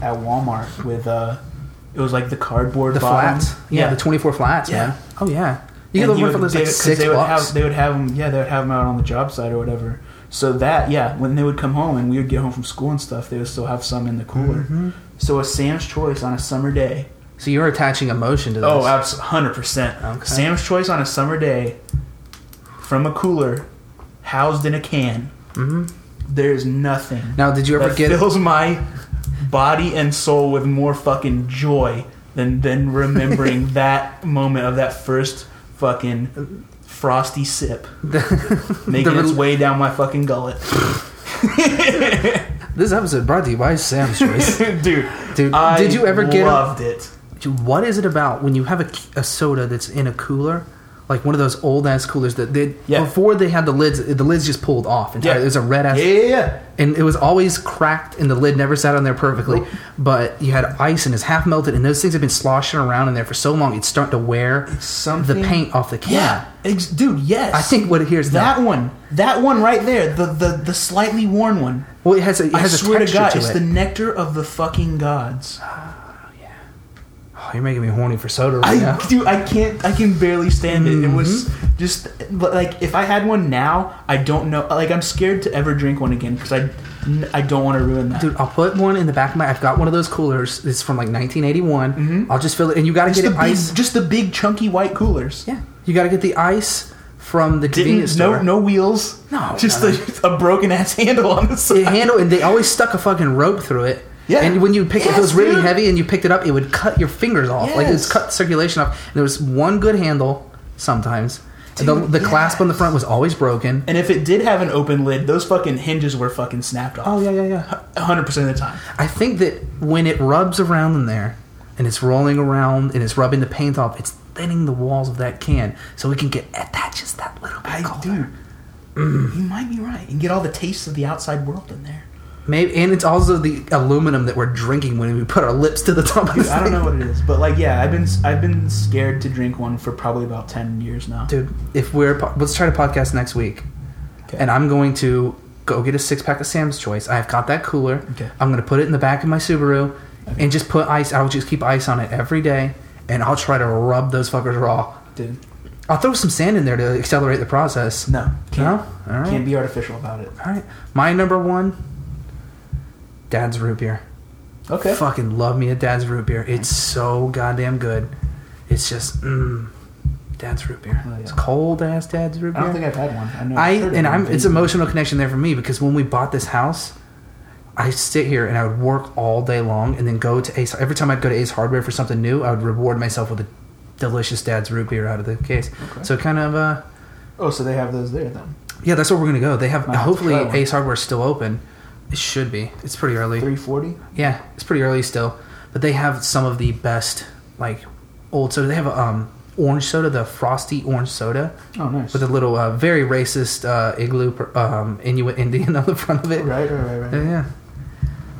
[SPEAKER 2] at Walmart with uh, it was like the cardboard
[SPEAKER 1] the
[SPEAKER 2] bottom.
[SPEAKER 1] flats, yeah, the twenty four flats,
[SPEAKER 2] Yeah.
[SPEAKER 1] man. Oh yeah, you get
[SPEAKER 2] And
[SPEAKER 1] the one for
[SPEAKER 2] would-
[SPEAKER 1] those like
[SPEAKER 2] they- 'cause
[SPEAKER 1] six
[SPEAKER 2] they would
[SPEAKER 1] bucks.
[SPEAKER 2] Have, they would have them, yeah, they would have them out on the job site or whatever. So that, yeah, when they would come home and we would get home from school and stuff, they would still have some in the cooler.
[SPEAKER 1] Mhm.
[SPEAKER 2] So a Sam's Choice on a summer day.
[SPEAKER 1] So you're attaching emotion to this.
[SPEAKER 2] Oh, absolutely, hundred percent.
[SPEAKER 1] Okay.
[SPEAKER 2] Sam's Choice on a summer day, from a cooler, housed in a can.
[SPEAKER 1] hmm
[SPEAKER 2] There is nothing
[SPEAKER 1] Now, did you ever
[SPEAKER 2] that
[SPEAKER 1] get?
[SPEAKER 2] fills my body and soul with more fucking joy than than remembering that moment of that first fucking frosty sip making
[SPEAKER 1] The
[SPEAKER 2] its
[SPEAKER 1] rel-
[SPEAKER 2] way down my fucking gullet.
[SPEAKER 1] this episode brought to you by Sam's Choice,
[SPEAKER 2] Dude,
[SPEAKER 1] dude.
[SPEAKER 2] I
[SPEAKER 1] did you ever get?
[SPEAKER 2] loved it.
[SPEAKER 1] Dude, What is it about when you have a, a soda that's in a cooler, like one of those old ass coolers that they
[SPEAKER 2] Yeah.
[SPEAKER 1] before they had the lids, the lids just pulled off. Entirely.
[SPEAKER 2] Yeah.
[SPEAKER 1] It was a red ass
[SPEAKER 2] Yeah, yeah, yeah.
[SPEAKER 1] and it was always cracked and the lid never sat on there perfectly but you had ice and it's half melted and those things have been sloshing around in there for so long it's starting to wear
[SPEAKER 2] Something
[SPEAKER 1] the paint off the can
[SPEAKER 2] Yeah. Ex- dude, yes.
[SPEAKER 1] i think what it here is
[SPEAKER 2] that
[SPEAKER 1] that
[SPEAKER 2] one. That one right there. The the, the slightly worn one.
[SPEAKER 1] well it has a, it
[SPEAKER 2] I
[SPEAKER 1] has a
[SPEAKER 2] swear to
[SPEAKER 1] texture
[SPEAKER 2] God,
[SPEAKER 1] to
[SPEAKER 2] it's
[SPEAKER 1] it
[SPEAKER 2] the nectar of the fucking gods.
[SPEAKER 1] oh, you're making me horny for soda right now
[SPEAKER 2] I do. I can't. I can barely stand it.
[SPEAKER 1] Mm-hmm.
[SPEAKER 2] It was just like if I had one now, I don't know. Like I'm scared to ever drink one again because I, I don't want to ruin that.
[SPEAKER 1] Dude, I'll put one in the back of my. I've got one of those coolers. It's from like 1981. I'll just fill it, and you got to
[SPEAKER 2] just
[SPEAKER 1] get
[SPEAKER 2] Mm-hmm.
[SPEAKER 1] it
[SPEAKER 2] the big,
[SPEAKER 1] ice.
[SPEAKER 2] just the big chunky white coolers.
[SPEAKER 1] Yeah, you got to get the ice from the convenience
[SPEAKER 2] Didn't
[SPEAKER 1] store.
[SPEAKER 2] no no wheels.
[SPEAKER 1] No,
[SPEAKER 2] just
[SPEAKER 1] no,
[SPEAKER 2] A, a broken ass handle on the
[SPEAKER 1] the
[SPEAKER 2] side.
[SPEAKER 1] handle, and they always stuck a fucking rope through it.
[SPEAKER 2] Yeah.
[SPEAKER 1] And when you pick it, if it
[SPEAKER 2] Yes,
[SPEAKER 1] was really
[SPEAKER 2] dude.
[SPEAKER 1] heavy and you picked it up, it would cut your fingers off. Like it would
[SPEAKER 2] Yes.
[SPEAKER 1] cut circulation off. And there was one good handle sometimes. And the the
[SPEAKER 2] Dude,
[SPEAKER 1] clasp on the front was always broken.
[SPEAKER 2] And if it did have an open lid, those fucking hinges were fucking snapped off.
[SPEAKER 1] yeah, yeah, yeah.
[SPEAKER 2] hundred percent of the time.
[SPEAKER 1] I think that when it rubs around in there and it's rolling around and it's rubbing the paint off, it's thinning the walls of that can so we can get at that just that little bit.
[SPEAKER 2] I
[SPEAKER 1] colder.
[SPEAKER 2] do.
[SPEAKER 1] Mm.
[SPEAKER 2] You might be right, and get all the taste of the outside world in there.
[SPEAKER 1] Maybe, and it's also the aluminum that we're drinking when we put our lips to the top of
[SPEAKER 2] Dude,
[SPEAKER 1] the
[SPEAKER 2] I don't
[SPEAKER 1] thing.
[SPEAKER 2] know what it is, but like, yeah, I've been I've been scared to drink one for probably about ten years now.
[SPEAKER 1] dude if we're po- let's try to podcast next week
[SPEAKER 2] Okay.
[SPEAKER 1] and i'm going to go get a six-pack of sam's choice i've got that cooler
[SPEAKER 2] Okay.
[SPEAKER 1] i'm going to put it in the back of my subaru and just put ice i'll just keep ice on it every day and i'll try to rub those fuckers raw
[SPEAKER 2] Dude,
[SPEAKER 1] i'll throw some sand in there to accelerate the process
[SPEAKER 2] no, can't,
[SPEAKER 1] No? All right.
[SPEAKER 2] can't be artificial about it.
[SPEAKER 1] all right my number one dad's root beer
[SPEAKER 2] Okay,
[SPEAKER 1] fucking love me a dad's root beer it's so goddamn good it's just mm, dad's root beer
[SPEAKER 2] Oh, yeah.
[SPEAKER 1] it's cold ass dad's root
[SPEAKER 2] I
[SPEAKER 1] beer
[SPEAKER 2] don't think I've had one. I know.
[SPEAKER 1] I
[SPEAKER 2] I've heard of
[SPEAKER 1] and
[SPEAKER 2] it,
[SPEAKER 1] I'm
[SPEAKER 2] but-
[SPEAKER 1] it's emotional connection there for me because when we bought this house, I sit here and I would work all day long and then go to Ace. Every time I'd go to Ace Hardware for something new, I would reward myself with a delicious dad's root beer out of the case.
[SPEAKER 2] Okay.
[SPEAKER 1] So kind of uh,
[SPEAKER 2] Oh, so they have those there then.
[SPEAKER 1] yeah, that's where we're gonna go. They have
[SPEAKER 2] I'll have to
[SPEAKER 1] hopefully
[SPEAKER 2] try one.
[SPEAKER 1] Ace Hardware's still open. It should be. It's pretty early.
[SPEAKER 2] Three forty.
[SPEAKER 1] Yeah, it's pretty early still, but they have some of the best like old soda. They have a um, orange soda, the frosty orange soda,
[SPEAKER 2] Oh, nice.
[SPEAKER 1] with a little uh, very racist uh, igloo per, um, Inuit Indian on the front of it.
[SPEAKER 2] right, right, right,
[SPEAKER 1] Yeah,
[SPEAKER 2] right.
[SPEAKER 1] yeah.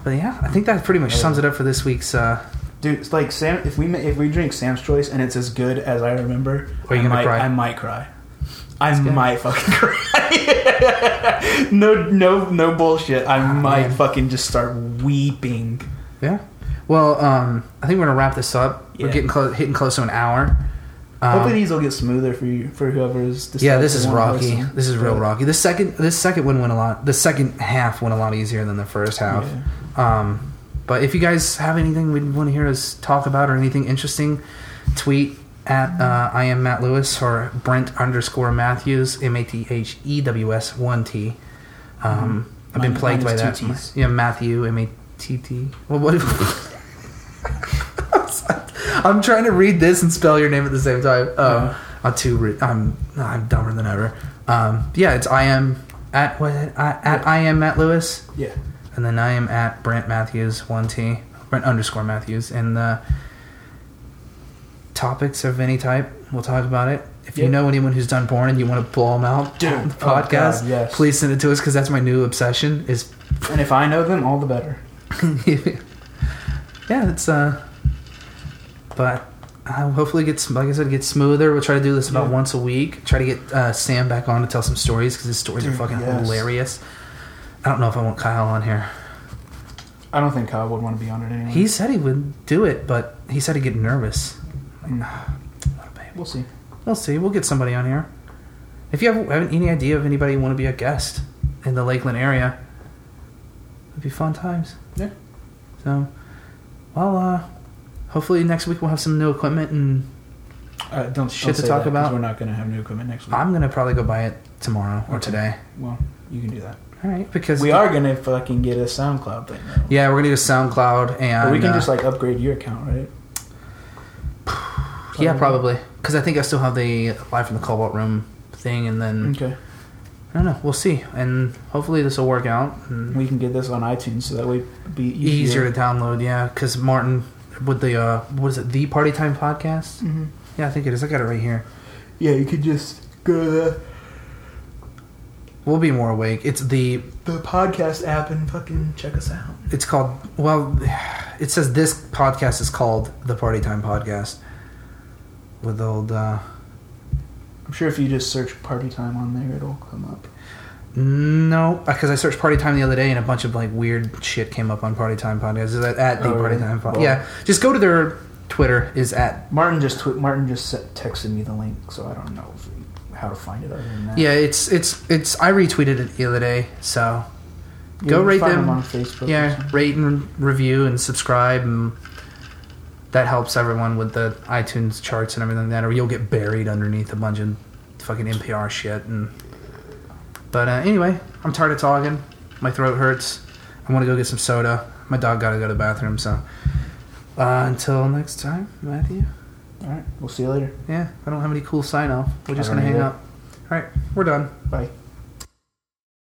[SPEAKER 1] But yeah, I think that pretty much sums it up for this week's. Uh,
[SPEAKER 2] Dude, it's like Sam. If we ma- if we drink Sam's Choice and it's as good as I remember,
[SPEAKER 1] Are you
[SPEAKER 2] I
[SPEAKER 1] gonna
[SPEAKER 2] might,
[SPEAKER 1] cry?
[SPEAKER 2] I might cry. I might fucking cry. no, no, no bullshit. I might
[SPEAKER 1] Ah, man.
[SPEAKER 2] fucking just start weeping.
[SPEAKER 1] yeah. Well, um, I think we're gonna wrap this up. We're
[SPEAKER 2] Yeah.
[SPEAKER 1] getting close, hitting close to an hour. Um,
[SPEAKER 2] Hopefully these will get smoother for you for whoever's.
[SPEAKER 1] yeah,
[SPEAKER 2] decided
[SPEAKER 1] this
[SPEAKER 2] to
[SPEAKER 1] is
[SPEAKER 2] want
[SPEAKER 1] rocky.
[SPEAKER 2] listen.
[SPEAKER 1] This is real
[SPEAKER 2] But-
[SPEAKER 1] rocky. The second, this second one went a lot. The second half went a lot easier than the first half.
[SPEAKER 2] Yeah.
[SPEAKER 1] Um, but if you guys have anything we want to hear us talk about or anything interesting, tweet at uh, I am Matt Lewis or Brent underscore Matthews M A T H E W S one T. Um, I've been
[SPEAKER 2] Mm-hmm.
[SPEAKER 1] plagued
[SPEAKER 2] Mine-
[SPEAKER 1] by
[SPEAKER 2] mine is
[SPEAKER 1] that.
[SPEAKER 2] two Ts.
[SPEAKER 1] Yeah, Matthew M A T T. Well, what? If, I'm trying to read this and spell your name at the same time. Um, I'm too. Re- I'm I'm dumber than ever. Um, yeah, it's I am at what I, at I am Matt Lewis.
[SPEAKER 2] Yeah.
[SPEAKER 1] And then I am at Brent Matthews, 1T, Brent underscore Matthews. And uh, topics of any type, we'll talk about it. If you
[SPEAKER 2] Yeah.
[SPEAKER 1] know anyone who's done porn and you want to blow them out
[SPEAKER 2] Dude.
[SPEAKER 1] on the
[SPEAKER 2] Oh, God,
[SPEAKER 1] podcast,
[SPEAKER 2] yes.
[SPEAKER 1] please send it to us because that's my new obsession. Is
[SPEAKER 2] And if I know them, all the better.
[SPEAKER 1] yeah, it's uh, but uh, hopefully it gets like I said, it gets smoother. We'll try to do this about
[SPEAKER 2] Yeah.
[SPEAKER 1] once a week. Try to get uh, Sam back on to tell some stories because his stories are
[SPEAKER 2] Dude,
[SPEAKER 1] fucking
[SPEAKER 2] yes.
[SPEAKER 1] hilarious. I don't know if I want Kyle on here.
[SPEAKER 2] I don't think Kyle would want to be on it anyway.
[SPEAKER 1] He said he would do it, but he said he'd get nervous.
[SPEAKER 2] Mm.
[SPEAKER 1] What a baby.
[SPEAKER 2] We'll see.
[SPEAKER 1] We'll see. We'll get somebody on here. If you have, have any idea of anybody you want to be a guest in the Lakeland area, it'd be fun times.
[SPEAKER 2] Yeah.
[SPEAKER 1] So, well, uh, hopefully next week we'll have some new equipment, and
[SPEAKER 2] Uh, don't
[SPEAKER 1] Shit
[SPEAKER 2] don't
[SPEAKER 1] to
[SPEAKER 2] say
[SPEAKER 1] talk
[SPEAKER 2] that, 'cause
[SPEAKER 1] about.
[SPEAKER 2] We're not going to have new equipment next week.
[SPEAKER 1] I'm gonna probably go buy it tomorrow or
[SPEAKER 2] Okay.
[SPEAKER 1] today.
[SPEAKER 2] well, you can do that.
[SPEAKER 1] All right, because
[SPEAKER 2] We are going to fucking get a SoundCloud thing though.
[SPEAKER 1] Yeah, we're gonna do SoundCloud, and
[SPEAKER 2] But we can
[SPEAKER 1] uh,
[SPEAKER 2] just like upgrade your account, right?
[SPEAKER 1] yeah, probably because I think I still have the live from the Cobalt Room thing, and then.
[SPEAKER 2] Okay.
[SPEAKER 1] I don't know. We'll see, and hopefully this will work out. And
[SPEAKER 2] We can get this on iTunes so that way it'd be
[SPEAKER 1] easier
[SPEAKER 2] easier.
[SPEAKER 1] to download, yeah. Because Martin with the uh, what is it, the Party Time podcast?
[SPEAKER 2] Mhm.
[SPEAKER 1] Yeah, I think it is. I got it right here.
[SPEAKER 2] Yeah, you could just go to the,
[SPEAKER 1] We'll be more awake. It's the
[SPEAKER 2] the podcast app and fucking check us out.
[SPEAKER 1] it's called well, it says this podcast is called the Party Time podcast with old. Uh,
[SPEAKER 2] I'm sure if you just search party time on there, it'll come up.
[SPEAKER 1] no, because I searched Party Time the other day and a bunch of like weird shit came up on Party Time podcast. Is that at the
[SPEAKER 2] Oh,
[SPEAKER 1] Party
[SPEAKER 2] really?
[SPEAKER 1] Time podcast?
[SPEAKER 2] Well-
[SPEAKER 1] yeah, just go to their Twitter. Is at
[SPEAKER 2] Martin just tw- Martin just set, texted me the link, so I don't know if, how to find it other than that.
[SPEAKER 1] Yeah, it's it's it's. I retweeted it the other day, so
[SPEAKER 2] You
[SPEAKER 1] go
[SPEAKER 2] can
[SPEAKER 1] rate
[SPEAKER 2] find
[SPEAKER 1] them.
[SPEAKER 2] on Facebook. or
[SPEAKER 1] yeah,
[SPEAKER 2] something.
[SPEAKER 1] rate and review and subscribe, and that helps everyone with the iTunes charts and everything like that. Or you'll get buried underneath a bunch of fucking NPR shit. And but uh, anyway, I'm tired of talking. My throat hurts. I want to go get some soda. My dog got to go to the bathroom. So uh, until next time, Matthew.
[SPEAKER 2] All right, we'll see you later.
[SPEAKER 1] Yeah, I don't have any cool sign off. We're just
[SPEAKER 2] I
[SPEAKER 1] gonna
[SPEAKER 2] don't
[SPEAKER 1] hang
[SPEAKER 2] either.
[SPEAKER 1] out. All right, we're done.
[SPEAKER 2] Bye.